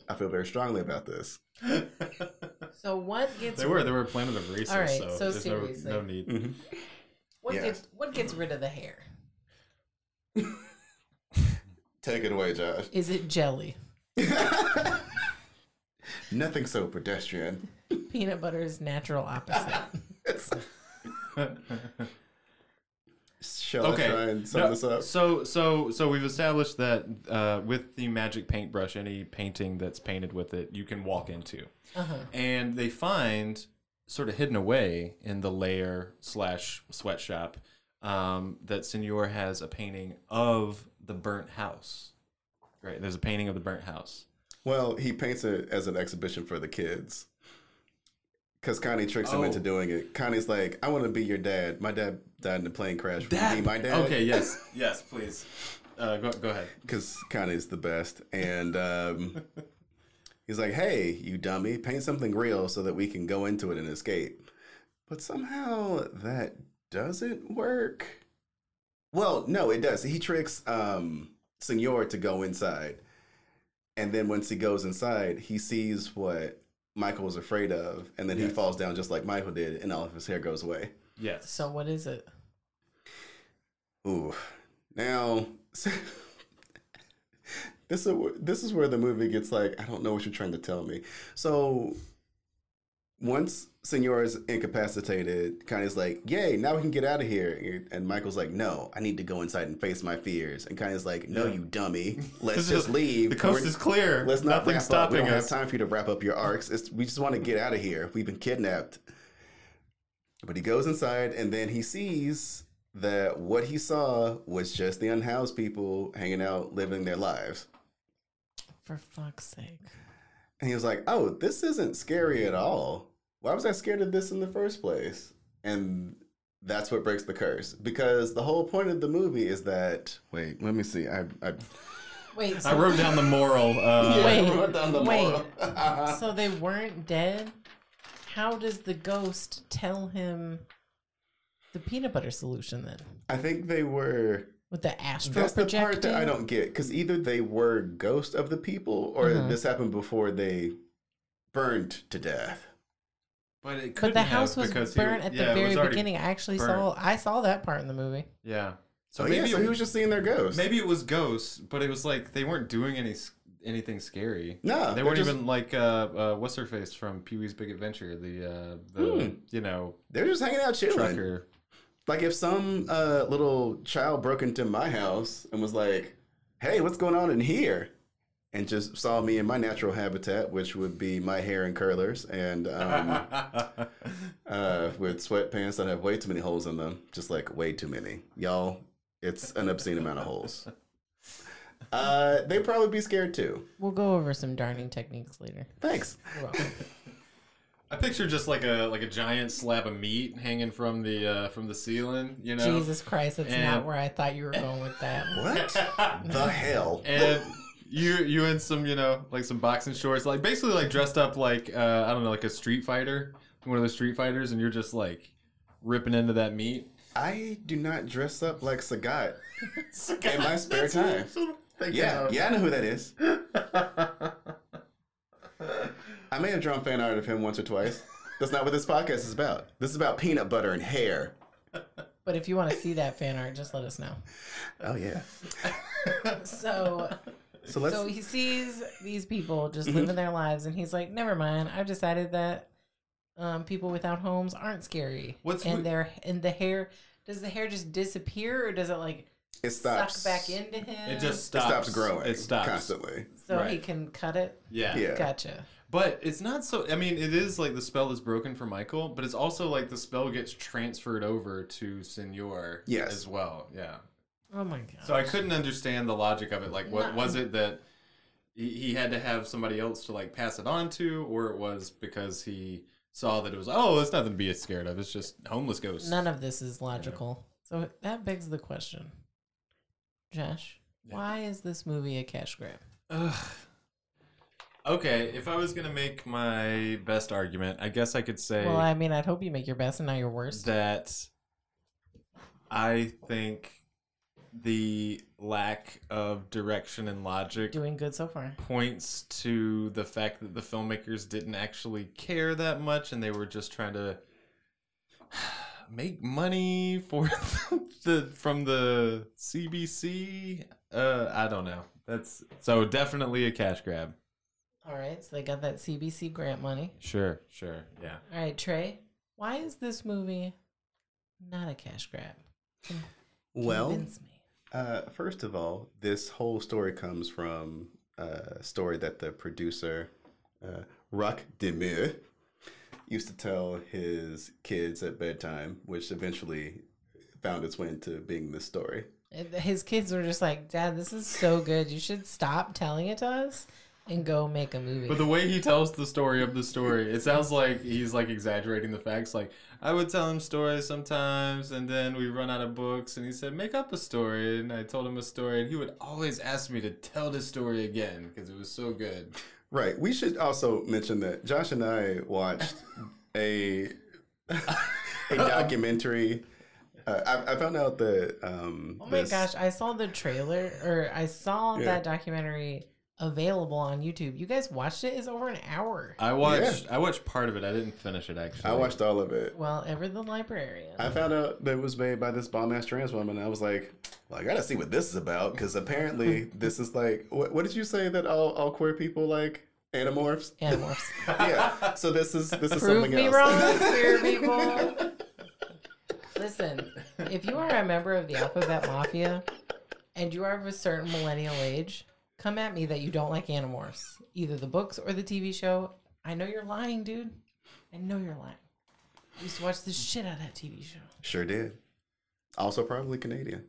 Speaker 4: I feel very strongly about this.
Speaker 2: So what gets
Speaker 3: they were. They were Planet of Racers.
Speaker 2: All right,
Speaker 3: So,
Speaker 2: so
Speaker 3: there's no,
Speaker 2: seriously.
Speaker 3: no need.
Speaker 2: what
Speaker 4: Yeah.
Speaker 2: gets what gets rid of the hair?
Speaker 4: Take it away, Josh.
Speaker 2: Is it jelly?
Speaker 4: Nothing so pedestrian.
Speaker 2: Peanut butter is natural opposite.
Speaker 4: Shall I
Speaker 3: Okay.
Speaker 4: try and sum
Speaker 3: No,
Speaker 4: this up?
Speaker 3: So so so we've established that uh, with the magic paintbrush, any painting that's painted with it, you can walk into.
Speaker 2: Uh-huh.
Speaker 3: and they find sort of hidden away in the lair slash sweatshop um, that Senor has a painting of the burnt house. Right, there's a painting of the burnt house.
Speaker 4: Well, he paints it as an exhibition for the kids. Because Connie tricks him
Speaker 3: Oh.
Speaker 4: into doing it. Connie's like, I want to be your dad. My dad died in a plane crash. Would you be my dad?
Speaker 3: Okay, yes, yes, please. Uh, go, go ahead.
Speaker 4: Because Connie's the best. And um, he's like, hey, you dummy, paint something real so that we can go into it and escape. But somehow that doesn't work. Well, no, it does. He tricks um, Senor to go inside. And then once he goes inside, he sees what Michael was afraid of. And then he
Speaker 3: Yes.
Speaker 4: falls down just like Michael did, and all of his hair goes away.
Speaker 3: Yes.
Speaker 2: So what is it?
Speaker 4: Ooh. Now, this is this is where the movie gets like, I don't know what you're trying to tell me. So, once Senor is incapacitated, Connie's like, "Yay, now we can get out of here." And Michael's like, "No, I need to go inside and face my fears." And Connie's like, "No,
Speaker 3: Yeah.
Speaker 4: you dummy.
Speaker 3: This
Speaker 4: Let's just
Speaker 3: is-
Speaker 4: leave.
Speaker 3: The coast
Speaker 4: We're-
Speaker 3: is clear.
Speaker 4: Let's
Speaker 3: Nothing's
Speaker 4: not wrap up. We
Speaker 3: stopping
Speaker 4: don't
Speaker 3: us.
Speaker 4: have time for you to wrap up your arcs. It's, we just want to get out of here. We've been kidnapped. But he goes inside and then he sees that what he saw was just the unhoused people hanging out, living their lives.
Speaker 2: For fuck's sake.
Speaker 4: And he was like, oh, this isn't scary at all. Why was I scared of this in the first place? And that's what breaks the curse. Because the whole point of the movie is that. Wait, let me see. I, I,
Speaker 2: Wait,
Speaker 3: I
Speaker 2: so,
Speaker 3: wrote down the moral. Uh,
Speaker 2: Wait,
Speaker 4: I wrote down the
Speaker 2: wait.
Speaker 4: moral.
Speaker 2: so they weren't dead? How does the ghost tell him the peanut butter solution then?
Speaker 4: I think they were.
Speaker 2: With the astral
Speaker 4: That's the part that I
Speaker 2: projecting?
Speaker 4: don't get because either they were ghosts of the people or
Speaker 2: Mhm.
Speaker 4: this happened before they burned to death.
Speaker 3: But it
Speaker 2: But
Speaker 3: couldn't
Speaker 2: the house
Speaker 3: have
Speaker 2: was
Speaker 3: because
Speaker 2: burnt
Speaker 3: he-
Speaker 2: at
Speaker 3: yeah,
Speaker 2: the
Speaker 3: it was
Speaker 2: very
Speaker 3: already-
Speaker 2: beginning. I actually
Speaker 3: burnt.
Speaker 2: saw I saw that part in the movie.
Speaker 3: Yeah.
Speaker 4: So, Oh, yeah,
Speaker 3: maybe
Speaker 4: so
Speaker 3: it
Speaker 4: he was just seeing their ghosts.
Speaker 3: Maybe it was ghosts, but it was like they weren't doing any s- anything scary.
Speaker 4: No,
Speaker 3: they
Speaker 4: they're
Speaker 3: weren't
Speaker 4: just-
Speaker 3: even like uh, uh, what's her face from Pee Wee's Big Adventure, the uh,
Speaker 4: Hmm.
Speaker 3: the you know
Speaker 4: They're just hanging out chilling.
Speaker 3: trucker.
Speaker 4: Like if some uh, little child broke into my house and was like, "Hey, what's going on in here?" and just saw me in my natural habitat, which would be my hair and curlers and um, uh, with sweatpants that have way too many holes in them, just like way too many, y'all. It's an obscene amount of holes. Uh, they'd probably be scared too.
Speaker 2: We'll go over some darning techniques later.
Speaker 4: Thanks.
Speaker 2: You're welcome.
Speaker 3: I picture just like a like a giant slab of meat hanging from the uh, from the ceiling, you know.
Speaker 2: Jesus Christ, that's
Speaker 3: And-
Speaker 2: not where I thought you were going with that.
Speaker 4: What the hell?
Speaker 3: and you you in some you know like some boxing shorts like basically like dressed up like uh, i don't know like a street fighter one of those street fighters and you're just like ripping into that meat
Speaker 4: I do not dress up like Sagat in my spare time. Yeah,
Speaker 3: yeah
Speaker 4: yeah, I know who that is. I may have drawn fan art of him once or twice. That's not what this podcast is about. This is about peanut butter and hair.
Speaker 2: But if you want to see that fan art, just let us know.
Speaker 4: Oh yeah.
Speaker 2: So,
Speaker 4: So let's.
Speaker 2: so he sees these people just
Speaker 3: Mm-hmm.
Speaker 2: living their lives, and he's like, "Never mind. I've decided that um, people without homes aren't scary.
Speaker 3: What's
Speaker 2: and
Speaker 3: with-
Speaker 2: their and the hair? Does the hair just disappear, or does it like
Speaker 4: it stops.
Speaker 2: suck back into him?
Speaker 3: it just
Speaker 4: It
Speaker 3: stops,
Speaker 4: stops growing.
Speaker 3: it stops
Speaker 4: constantly.
Speaker 2: so he
Speaker 3: right.
Speaker 2: can cut it.
Speaker 3: yeah
Speaker 4: Yeah.
Speaker 2: Gotcha.
Speaker 3: but it's not so i mean it is like the spell is broken for michael but it's also like the spell gets transferred over to senor
Speaker 4: Yes.
Speaker 3: as well yeah
Speaker 2: Oh my god.
Speaker 3: So I couldn't understand the logic of it. Like, what
Speaker 2: No.
Speaker 3: was it that he, he had to have somebody else to like pass it on to, or it was because he saw that it was oh, it's nothing to be scared of. It's just homeless ghosts.
Speaker 2: None of this is logical. So that begs the question, Josh. Why is this movie a cash grab?
Speaker 3: Ugh. Okay, if I was gonna make my best argument, I guess I could say
Speaker 2: Well, I mean, I'd hope you make your best and not your worst.
Speaker 3: that I think the lack of direction and logic
Speaker 2: Doing good so far.
Speaker 3: points to the fact that the filmmakers didn't actually care that much and they were just trying to make money for the from the CBC uh I don't know that's so definitely a cash grab
Speaker 2: All right, so they got that CBC grant money.
Speaker 3: sure sure yeah
Speaker 2: All right, Trey, why is this movie not a cash grab?
Speaker 4: Well,
Speaker 2: Convince me.
Speaker 4: uh, first of all, this whole story comes from uh, a story that the producer uh, Rock Demure used to tell his kids at bedtime, which eventually found its way into being this story.
Speaker 2: And His kids were just like, "Dad, this is so good. You should stop telling it to us and go make a movie."
Speaker 3: but the way he tells the story of the story it sounds like he's like exaggerating the facts like I would tell him stories sometimes and then we run out of books and he said make up a story and I told him a story and he would always ask me to tell the story again because it was so good
Speaker 4: Right. We should also mention that Josh and I watched a a documentary. Uh, I, I found out that um,
Speaker 2: oh my
Speaker 4: this-
Speaker 2: gosh, I saw the trailer or I saw
Speaker 4: Yeah.
Speaker 2: that documentary available on YouTube. You guys watched it? It's over an hour.
Speaker 3: I watched I watched part of it I didn't finish it actually
Speaker 4: I watched all of it.
Speaker 2: well, ever the librarian.
Speaker 4: I found out that it was made by this bomb ass trans woman. And I was like, well, I gotta see what this is about because apparently this is like, what, what did you say that all, all queer people like anamorphs?
Speaker 2: Animorphs.
Speaker 4: yeah. So this is this is
Speaker 2: Prove
Speaker 4: something
Speaker 2: me
Speaker 4: else.
Speaker 2: wrong, queer people. Listen, if you are a member of the Alphabet Mafia and you are of a certain millennial age, come at me that you don't like Animorphs, either the books or the TV show. I know you're lying, dude. I know you're lying. I used to watch the shit out of that TV show.
Speaker 4: sure did. Also probably Canadian.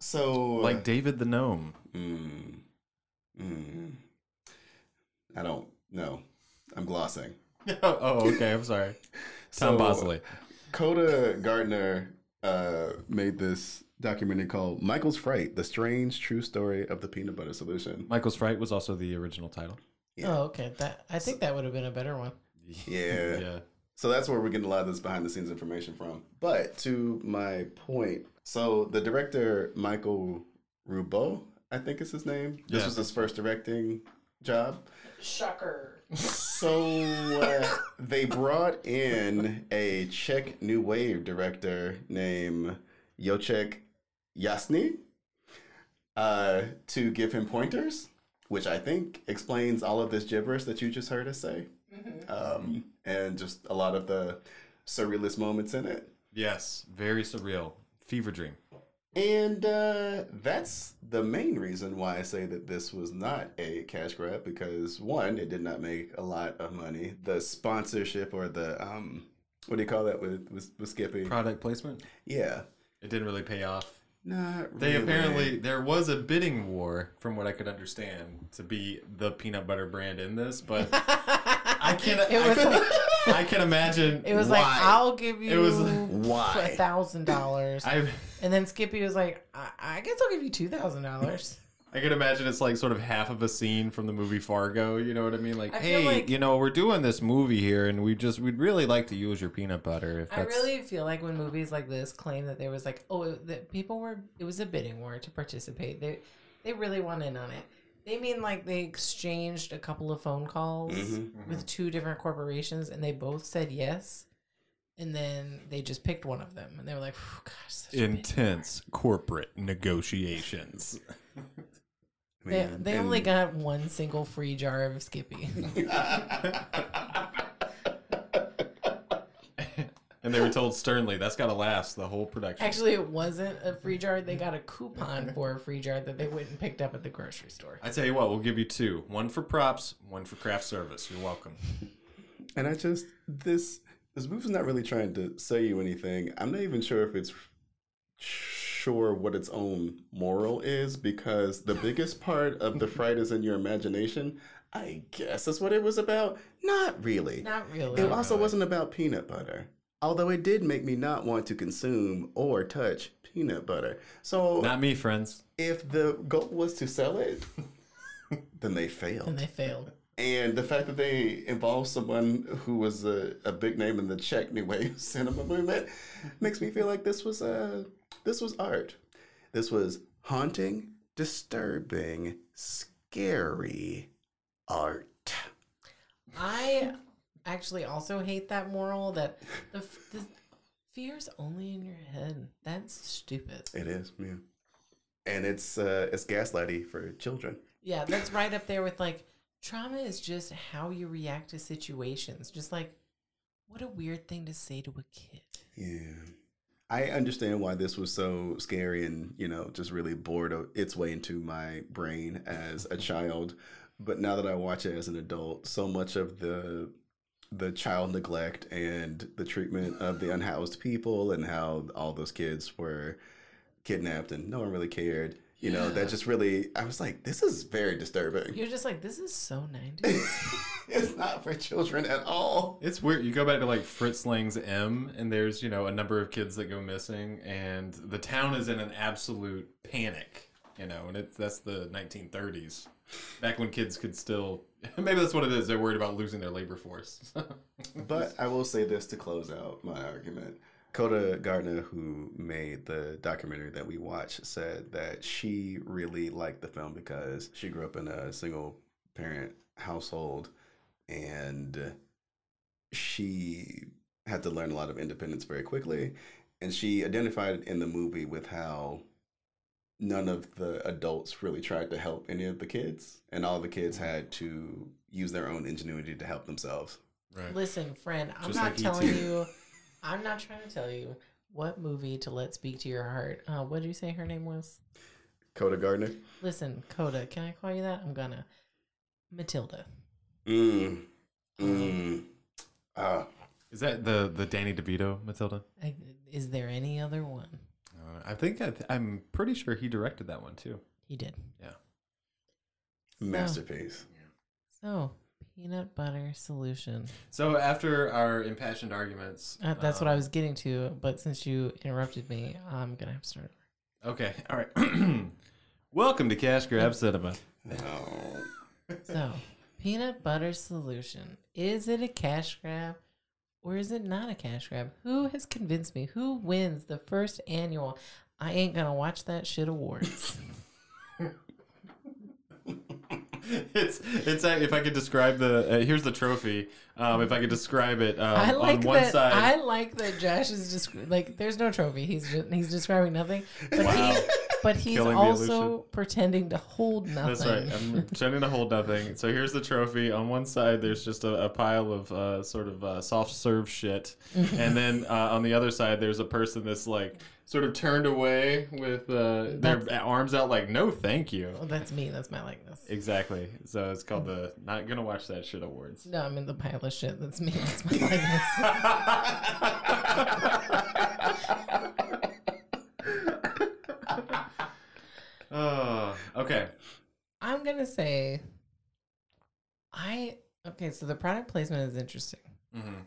Speaker 4: So
Speaker 3: like David the gnome
Speaker 4: Mm. Mm. I don't know. I'm glossing.
Speaker 3: oh okay I'm sorry Tom
Speaker 4: So, uh,
Speaker 3: Bosley
Speaker 4: Coda Gardner uh, made this documentary called Michael's Fright The Strange True Story of the Peanut Butter Solution.
Speaker 3: Michael's Fright was also the original title
Speaker 4: Yeah.
Speaker 2: Oh, okay. That I think that would have been a better one.
Speaker 4: Yeah.
Speaker 3: yeah
Speaker 4: So that's where we're getting a lot of this behind the scenes information from. But to my point, so the director, Michael Rubo, I think is his name. This
Speaker 3: Yeah.
Speaker 4: was his first directing job.
Speaker 2: Shocker.
Speaker 4: So uh, they brought in a Czech New Wave director named Jocek Jasny uh, to give him pointers, which I think explains all of this gibberish that you just heard us say, um, and just a lot of the surrealist moments in it.
Speaker 3: yes very surreal fever dream
Speaker 4: And uh, that's the main reason why I say that this was not a cash grab because one, it did not make a lot of money. The sponsorship or the um, what do you call that with with, with Skippy?
Speaker 3: product placement
Speaker 4: yeah,
Speaker 3: it didn't really pay off
Speaker 4: Not
Speaker 3: They
Speaker 4: really.
Speaker 3: apparently there was a bidding war, from what I could understand, to be the peanut butter brand in this, but I can
Speaker 2: It was
Speaker 3: I,
Speaker 2: like-
Speaker 3: I can imagine
Speaker 2: It was
Speaker 3: why.
Speaker 2: like, I'll give you
Speaker 3: It was
Speaker 2: a
Speaker 4: why.
Speaker 2: thousand dollars,
Speaker 3: I
Speaker 2: and then Skippy was like, I, I guess I'll give you two thousand dollars.
Speaker 3: I can imagine it's like sort of half of a scene from the movie Fargo. You know what I mean? Like,
Speaker 2: I feel
Speaker 3: hey,
Speaker 2: like-
Speaker 3: you know, we're doing this movie here, and we just we'd really like to use your peanut butter. If
Speaker 2: I
Speaker 3: that's
Speaker 2: really feel like when movies like this claim that there was like, oh, that people were, it was a bidding war to participate. They, they really want in on it. They mean like they exchanged a couple of phone calls
Speaker 3: Mm-hmm.
Speaker 4: Mhm.
Speaker 2: with two different corporations, and they both said yes, and then they just picked one of them, and they were like, "Phew, gosh, such a bidding
Speaker 3: intense corporate negotiations.
Speaker 4: I
Speaker 2: They,
Speaker 4: mean,
Speaker 2: they
Speaker 4: and-
Speaker 2: only got one single free jar of Skippy.
Speaker 3: And they were told sternly, that's got to last the whole production.
Speaker 2: Actually, it wasn't a free jar. They got a coupon for a free jar that they went and picked up at the grocery store.
Speaker 3: I tell you what, we'll give you two one for props, one for craft service. You're welcome.
Speaker 4: And I just this this movie's not really trying to sell you anything. I'm not even sure if it's sure what its own moral is because the biggest part of the fright is in your imagination. I guess that's what it was about. Not really.
Speaker 2: Not
Speaker 4: it
Speaker 2: really.
Speaker 4: also wasn't about peanut butter. Although it did make me not want to consume or touch peanut butter. So
Speaker 3: Not me, friends.
Speaker 4: if the goal was to sell it, then they failed
Speaker 2: And they failed.
Speaker 4: and the fact that they involved someone who was a, a big name in the Czech New Wave cinema movement makes me feel like this was uh, this was art. This was haunting, disturbing, scary art.
Speaker 2: I actually also hate that moral that the, f- the fear's only in your head. That's stupid.
Speaker 4: It is, yeah. And it's uh, it's gaslighty for children.
Speaker 2: Yeah, that's right up there with like trauma is just how you react to situations. Just like, what a weird thing to say to a kid.
Speaker 4: Yeah. I understand why this was so scary and, you know, just really bored of its way into my brain as a child. But now that I watch it as an adult, so much of the the child neglect and the treatment of the unhoused people and how all those kids were kidnapped and no one really cared. You know, that just really I was like, this is very disturbing.
Speaker 2: You're just like, this is so 90s.
Speaker 4: it's not for children at all.
Speaker 3: It's weird. You go back to like Fritz Lang's M, and there's, you know, a number of kids that go missing, and the town is in an absolute panic, you know, and it, that's the 1930s. Back when kids could still, maybe that's what it is. They're worried about losing their labor force.
Speaker 4: But I will say this to close out my argument. Coda Gardner, who made the documentary that we watched, said that she really liked the film because she grew up in a single parent household and she had to learn a lot of independence very quickly. And she identified in the movie with how none of the adults really tried to help any of the kids, and all the kids had to use their own ingenuity to help themselves.
Speaker 3: right.
Speaker 2: Listen, friend, I'm
Speaker 3: Just
Speaker 2: not
Speaker 3: like E E.T.
Speaker 2: telling you. I'm not trying to tell you what movie to let speak to your heart. Uh, what did you say her name was?
Speaker 4: Coda Gardner.
Speaker 2: Listen, Coda. Can I call you that? I'm gonna. Matilda.
Speaker 4: Mm.
Speaker 3: Um,
Speaker 4: Mm. Ah.
Speaker 3: Is that the, the Danny DeVito, Matilda?
Speaker 2: I, is there any other one?
Speaker 3: Uh, I think I th- I'm pretty sure he directed that one too.
Speaker 2: He did.
Speaker 3: Yeah.
Speaker 4: masterpiece.
Speaker 2: So peanut butter solution.
Speaker 3: So after our impassioned arguments,
Speaker 2: Uh, that's what I
Speaker 3: um,
Speaker 2: was getting to, but since you interrupted me, I'm gonna have to start. over.
Speaker 3: Okay, all right. Welcome to Cash Grab Cinema.
Speaker 4: Oh.
Speaker 2: So peanut butter solution. Is it a cash grab? Or is it not a cash grab? Who has convinced me? Who wins the first annual I ain't gonna watch that shit awards?
Speaker 3: It's it's a- if I could describe the uh, here's the trophy. Um, if I could describe it um,
Speaker 2: I like
Speaker 3: on one
Speaker 2: that.
Speaker 3: side.
Speaker 2: I like that Josh is just like there's no trophy. He's just, he's describing nothing. But
Speaker 3: Wow.
Speaker 2: he, but he's
Speaker 3: Killing the
Speaker 2: also
Speaker 3: illusion.
Speaker 2: pretending to hold nothing.
Speaker 3: Oh, That's right. I'm pretending to hold nothing. So here's the trophy. On one side, there's just a, a pile of uh, sort of uh, soft serve shit,
Speaker 2: Mm-hmm.
Speaker 3: and then uh, on the other side, there's a person that's like sort of turned away with uh, their arms out, like no, thank you.
Speaker 2: Well, that's me. That's my likeness.
Speaker 3: Exactly. So it's called the Not Gonna Watch That Shit Awards.
Speaker 2: No, I'm in the pile of shit. That's me. That's my likeness.
Speaker 3: Uh,
Speaker 2: to say, I okay. So the product placement is interesting.
Speaker 3: Mhm.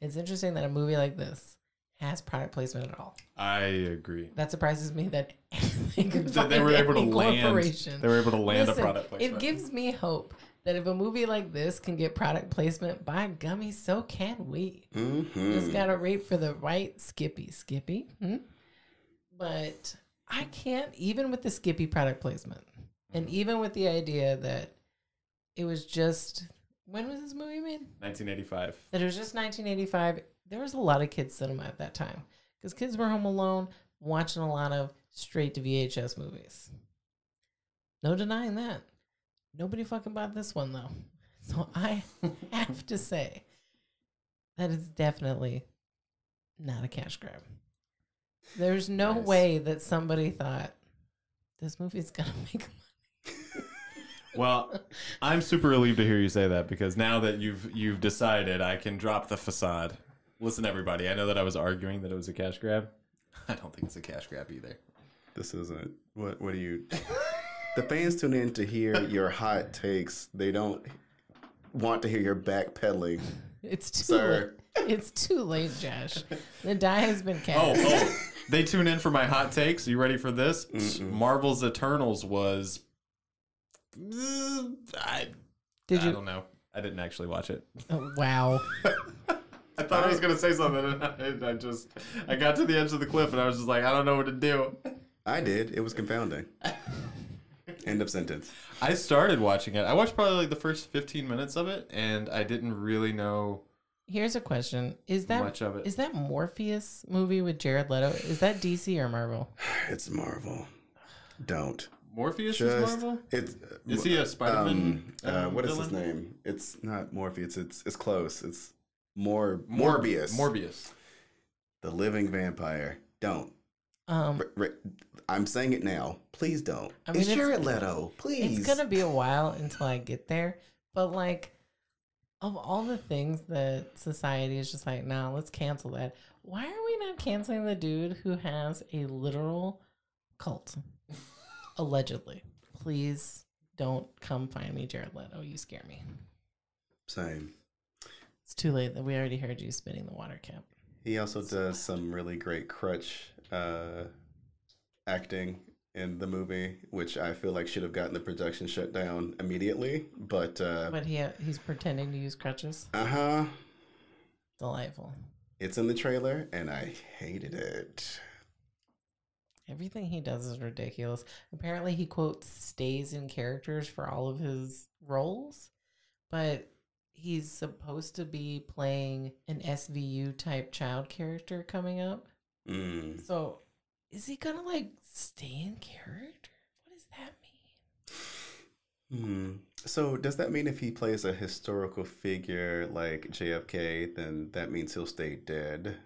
Speaker 2: It's interesting that a movie like this has product placement at all.
Speaker 3: I agree.
Speaker 2: That surprises me that they could
Speaker 3: That they
Speaker 2: find
Speaker 3: were able to
Speaker 2: any
Speaker 3: land.
Speaker 2: corporation.
Speaker 3: They were able to land
Speaker 2: Listen,
Speaker 3: a product. placement.
Speaker 2: It gives me hope that if a movie like this can get product placement, by gummy, so can we.
Speaker 4: Mm-hmm.
Speaker 2: Just gotta rate for the right Skippy. Skippy. Hmm? But I can't, even with the Skippy product placement, and even with the idea that it was just, when was this movie made?
Speaker 3: 1985.
Speaker 2: That it was just 1985. There was a lot of kids' cinema at that time because kids were home alone watching a lot of straight to VHS movies. No denying that. Nobody fucking bought this one though. So I have to say that it's definitely not a cash grab. There's no
Speaker 3: Nice.
Speaker 2: way that somebody thought this movie's gonna make
Speaker 3: Well, I'm super relieved to hear you say that because now that you've you've decided, I can drop the facade. Listen, everybody, I know that I was arguing that it was a cash grab. I don't think it's a cash grab either.
Speaker 4: This isn't. What What do you? the fans tune in to hear your hot takes. They don't want to hear your backpedaling.
Speaker 2: it's too
Speaker 4: Sir.
Speaker 2: late. It's too late, Josh. The die has been
Speaker 3: Oh,
Speaker 2: cast.
Speaker 3: oh, they tune in for my hot takes. You ready for this? Marvel's Eternals was. I,
Speaker 2: Did
Speaker 3: I
Speaker 2: you
Speaker 3: don't know. I didn't actually watch it.
Speaker 2: Oh, wow.
Speaker 3: I thought I was gonna say something, and I, I just I got to the edge of the cliff, and I was just like, I don't know what to do.
Speaker 4: I did. It was confounding. End of sentence.
Speaker 3: I started watching it. I watched probably like the first 15 minutes of it, and I didn't really know
Speaker 2: Here's a question: Is that
Speaker 3: much of it.
Speaker 2: is that Morpheus movie with Jared Leto? Is that DC or Marvel?
Speaker 4: It's Marvel. Don't.
Speaker 3: Morpheus is
Speaker 4: Just.
Speaker 3: Marvel.
Speaker 4: It's.
Speaker 3: Is he a Spider-Man?
Speaker 4: um, uh,
Speaker 3: um,
Speaker 4: what is his
Speaker 3: villain?
Speaker 4: name? It's not Morpheus. It's it's close. It's more
Speaker 3: Mor-
Speaker 4: Morbius.
Speaker 3: Morbius.
Speaker 4: the living vampire. Don't.
Speaker 2: Um,
Speaker 4: R- r- I'm saying it now. Please don't.
Speaker 2: I mean,
Speaker 4: it's
Speaker 2: it's-
Speaker 4: Jared Leto. Please.
Speaker 2: it's gonna be a while until I get there. But like, of all the things that society is just like, nah, let's cancel that. Why are we not canceling the dude who has a literal cult? Allegedly, please don't come find me, Jared Leto. You scare me.
Speaker 4: Same.
Speaker 2: It's too late. That we already heard you spinning the water cap.
Speaker 4: He also does some really great crutch uh, acting in the movie, which I feel like should have gotten the production shut down immediately. But uh
Speaker 2: But he he's pretending to use crutches.
Speaker 4: huh,
Speaker 2: Delightful.
Speaker 4: it's in the trailer, and I hated it.
Speaker 2: Everything he does is ridiculous. Apparently, he quotes stays in characters for all of his roles, but he's supposed to be playing an SVU type child character coming up.
Speaker 4: Mm.
Speaker 2: So, is he gonna like stay in character? What does that mean?
Speaker 4: Hmm. So does that mean if he plays a historical figure like JFK, then that means he'll stay dead?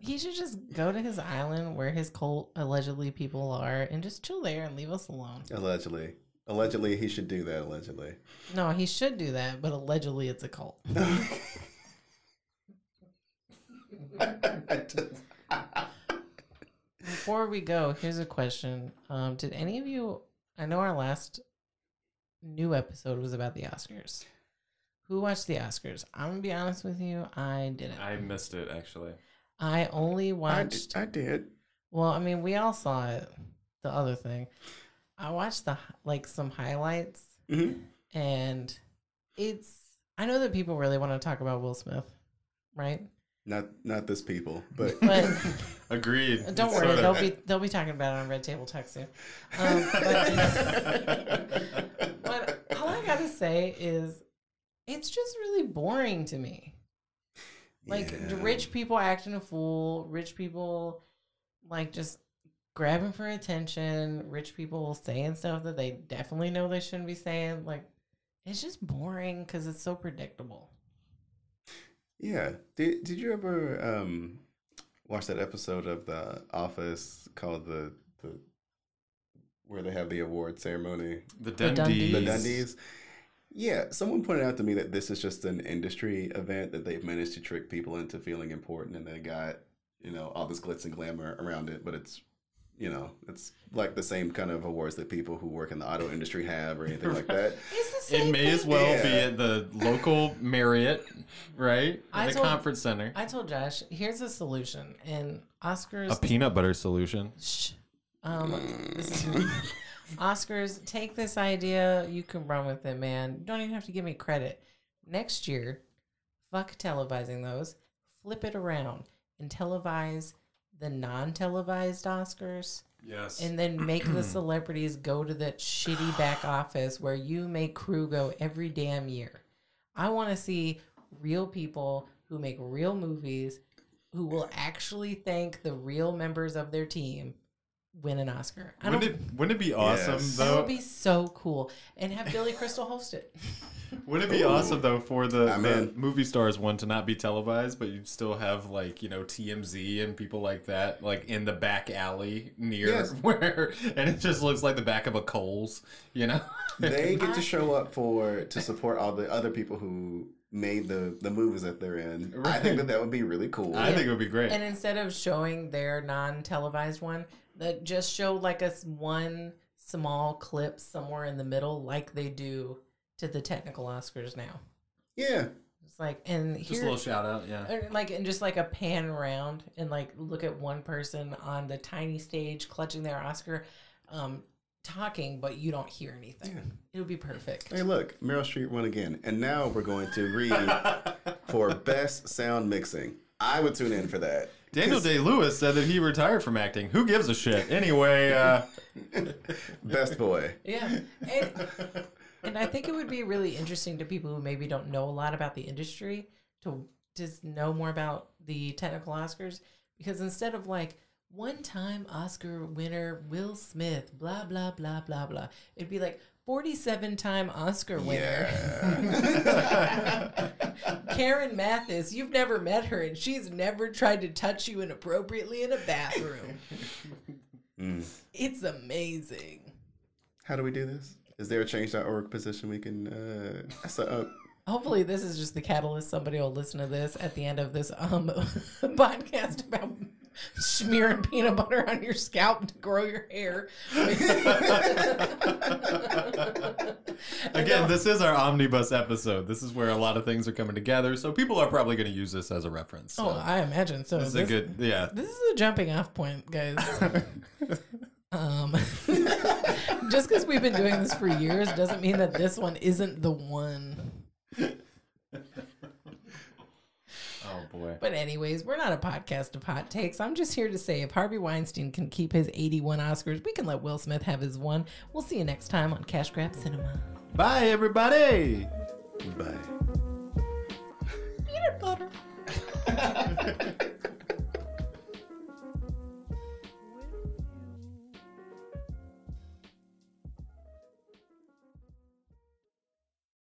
Speaker 2: He should just go to his island where his cult allegedly people are and just chill there and leave us alone.
Speaker 4: Allegedly. Allegedly, he should do that. Allegedly.
Speaker 2: No, he should do that, but allegedly it's a cult.
Speaker 4: I just-
Speaker 2: Before we go, here's a question. Um, did any of you I know our last new episode was about the Oscars. Who watched the Oscars? I'm gonna be honest with you, I didn't.
Speaker 3: I missed it actually.
Speaker 2: I only
Speaker 4: I,
Speaker 2: watched
Speaker 4: I did.
Speaker 2: well, I mean, we all saw it. The other thing. I watched the hi- like some highlights
Speaker 3: Mm-hmm.
Speaker 4: hmm
Speaker 2: and it's I know that people really want to talk about Will Smith, right?
Speaker 4: Not not this people, but
Speaker 2: But um,
Speaker 3: Agreed.
Speaker 2: don't
Speaker 3: It's
Speaker 2: worry,
Speaker 3: sort of-
Speaker 2: they'll be they'll be talking about it on Red Table Talk soon. Um, but- uh, But uh, all I gotta say is, it's just really boring to me. Like the
Speaker 4: Yeah.
Speaker 2: rich people acting a fool, rich people like just grabbing for attention, rich people saying stuff that they definitely know they shouldn't be saying. Like it's just boring because it's so predictable.
Speaker 4: Yeah. Did did you ever um watch that episode of The Office called the the where they have the award ceremony?
Speaker 3: the Dundies.
Speaker 2: Dundies.
Speaker 4: The Dundies. Yeah, someone pointed out to me that this is just an industry event that they've managed to trick people into feeling important and they got, you know, all this glitz and glamour around it, but it's you know, it's like the same kind of awards that people who work in the auto industry have or anything like that.
Speaker 2: It's the same
Speaker 3: It may as
Speaker 2: thing.
Speaker 3: well be
Speaker 4: Yeah.
Speaker 3: at the local Marriott, right?
Speaker 2: I
Speaker 3: At the
Speaker 2: told-
Speaker 3: conference center.
Speaker 2: I told Josh, here's a solution, and Oscars.
Speaker 3: A peanut butter solution.
Speaker 2: Shh. Um, this is me. Oscars, take this idea. You can run with it, man. You don't even have to give me credit. Next year, fuck televising those. Flip it around and televise the non televised Oscars
Speaker 5: Yes.
Speaker 2: and then make the celebrities go to that shitty back office where you make crew go every damn year. I want to see real people who make real movies who will actually thank the real members of their team win an Oscar. I
Speaker 3: Wouldn't
Speaker 2: don't-
Speaker 3: it, wouldn't it be awesome
Speaker 4: Yes.
Speaker 2: that
Speaker 3: though?
Speaker 2: would be so cool. And have Billy Crystal host it.
Speaker 3: Wouldn't it be
Speaker 4: Ooh.
Speaker 3: awesome though for the,
Speaker 4: I'm
Speaker 3: the
Speaker 4: in.
Speaker 3: movie stars one to not be televised, but you'd still have like you know TMZ and people like that like in the back alley near
Speaker 4: Yes.
Speaker 3: where, and it just looks like the back of a Coles, you know?
Speaker 4: they get to show up for to support all the other people who made the the movies that they're in. I
Speaker 3: Right.
Speaker 4: think that that would be really cool.
Speaker 3: I think it would be great.
Speaker 2: And instead of showing their non televised one, that just show like a s- one small clip somewhere in the middle, like they do to the technical Oscars now.
Speaker 4: yeah,
Speaker 2: It's like and
Speaker 3: just
Speaker 2: here,
Speaker 3: a little shout out, yeah.
Speaker 2: or, like and just like a pan around and like look at one person on the tiny stage clutching their Oscar, um, talking, but you don't hear anything. It would be perfect.
Speaker 4: Hey, look, Meryl Streep won again. And now we're going to read for best sound mixing. I would tune in for that.
Speaker 3: Daniel
Speaker 4: 'Cause
Speaker 3: Day Lewis said that he retired from acting. Who gives a shit? Anyway, uh,
Speaker 4: Best boy.
Speaker 2: Yeah, and, and I think it would be really interesting to people who maybe don't know a lot about the industry to just know more about the technical Oscars because instead of like one time Oscar winner Will Smith, blah blah blah blah blah, it'd be like forty seven time Oscar winner Karen Mathis. You've never met her, and she's never tried to touch you inappropriately in a bathroom.
Speaker 4: Mm.
Speaker 2: It's amazing.
Speaker 4: How do we do this? Is there a change.org position we can uh, set up?
Speaker 2: Hopefully, this is just the catalyst. Somebody will listen to this at the end of this um podcast about smearing peanut butter on your scalp to grow your hair. Oh,
Speaker 3: again, this is our omnibus episode. This is where a lot of things are coming together, so people are probably going to use this as a reference. So
Speaker 2: oh, I imagine so.
Speaker 3: this
Speaker 2: This,
Speaker 3: is a good, yeah.
Speaker 2: this is a jumping off point, guys. um, just because we've been doing this for years doesn't mean that this one isn't the one.
Speaker 3: Oh boy.
Speaker 2: But anyways, we're not a podcast of hot takes. I'm just here to say if Harvey Weinstein can keep his 81 Oscars, we can let Will Smith have his one. We'll see you next time on Cash Grab Cinema.
Speaker 3: Bye, everybody.
Speaker 4: oh, Bye.
Speaker 2: Peanut butter.